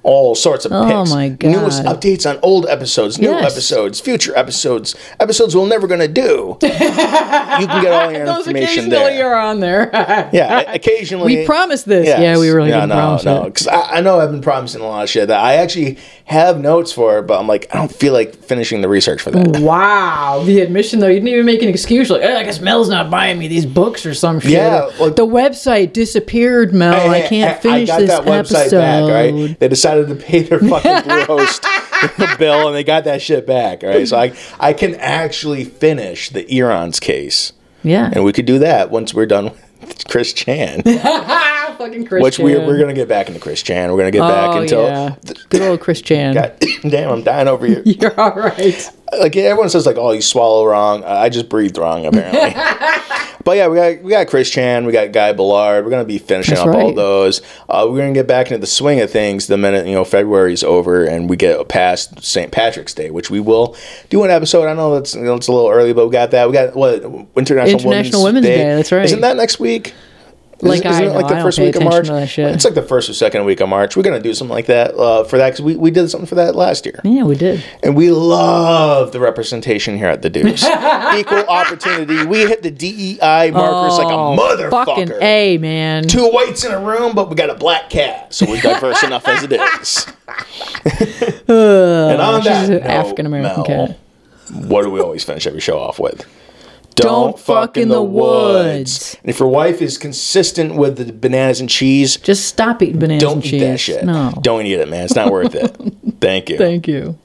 Speaker 1: All sorts of
Speaker 2: Oh
Speaker 1: pics.
Speaker 2: my
Speaker 1: Newest
Speaker 2: God.
Speaker 1: updates on old episodes, new
Speaker 2: Yes.
Speaker 1: episodes, future episodes, episodes we're never gonna do. you can get all your
Speaker 2: Those
Speaker 1: information
Speaker 2: occasionally
Speaker 1: there.
Speaker 2: are on there.
Speaker 1: yeah, occasionally.
Speaker 2: we promised this.
Speaker 1: Yes.
Speaker 2: Yeah, we really
Speaker 1: no,
Speaker 2: didn't
Speaker 1: no,
Speaker 2: promise
Speaker 1: no.
Speaker 2: it.
Speaker 1: Because I, I know I've been promising a lot of shit that I actually have notes for, but I'm like, I don't feel like finishing the research for that.
Speaker 2: Wow, the admission though, you didn't even make an excuse. Like, "Eh, I guess Mel's not buying me these books or some shit.
Speaker 1: Yeah, like-
Speaker 2: the website disappeared, Mel. I can't finish this episode.
Speaker 1: right? They decided to pay their fucking Bluehost bill, and they got that shit back. All right, so I I can actually finish the Eron's case,
Speaker 2: Yeah,
Speaker 1: and we could do that once we're done with Chris Chan,
Speaker 2: fucking Christian.
Speaker 1: which we're we're gonna get back into Chris Chan. We're gonna get back
Speaker 2: oh,
Speaker 1: until.
Speaker 2: yeah. good old Christian.
Speaker 1: Damn, I'm dying over you.
Speaker 2: You're all right.
Speaker 1: Like everyone says, like, oh, you swallow wrong. I I just breathed wrong, apparently. but yeah, we got we got Chris Chan, we got Guy Ballard. We're gonna be finishing
Speaker 2: That's
Speaker 1: up all
Speaker 2: right.
Speaker 1: those. Uh, we're gonna get back into the swing of things the minute you know February's over and we get past St. Patrick's Day, which we will do an episode. I know that's you know, it's a little early, but we got that. We got what International,
Speaker 2: International Women's Day, that's right.
Speaker 1: Isn't that next week?
Speaker 2: Like, I know, I don't pay attention to that shit.
Speaker 1: It's like the first or second week of March. We're gonna do something like that uh, for that because we, we did something for that last year.
Speaker 2: Yeah, we did.
Speaker 1: And we love the representation here at the Deuce. Equal opportunity. We hit the DEI markers like a
Speaker 2: Oh, Fucking
Speaker 1: motherfucker.
Speaker 2: A, man.
Speaker 1: Two whites in a room, but we got a black cat, so we're diverse enough as it is. and on
Speaker 2: she's
Speaker 1: that
Speaker 2: an
Speaker 1: note,
Speaker 2: African-American
Speaker 1: Mel,
Speaker 2: cat.
Speaker 1: What do we always finish every show off with?
Speaker 2: Don't fuck in the woods.
Speaker 1: And if your wife is consistent with the bananas and cheese,
Speaker 2: Just stop eating bananas
Speaker 1: don't
Speaker 2: and
Speaker 1: eat
Speaker 2: cheese.
Speaker 1: that shit.
Speaker 2: No.
Speaker 1: Don't eat it, man. It's not worth it. Thank you.
Speaker 2: Thank you.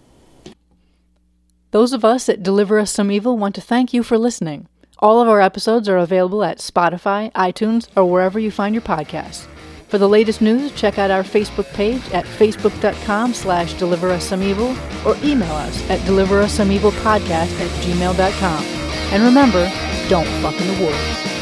Speaker 2: Those of us at Deliver Us Some Evil want to thank you for listening. All of our episodes are available at Spotify, iTunes, or wherever you find your podcasts. For the latest news, check out our Facebook page at facebook.com slash deliver us some evil or email us at deliver us some evil podcast at gmail.com. And remember, don't fuck in the woods.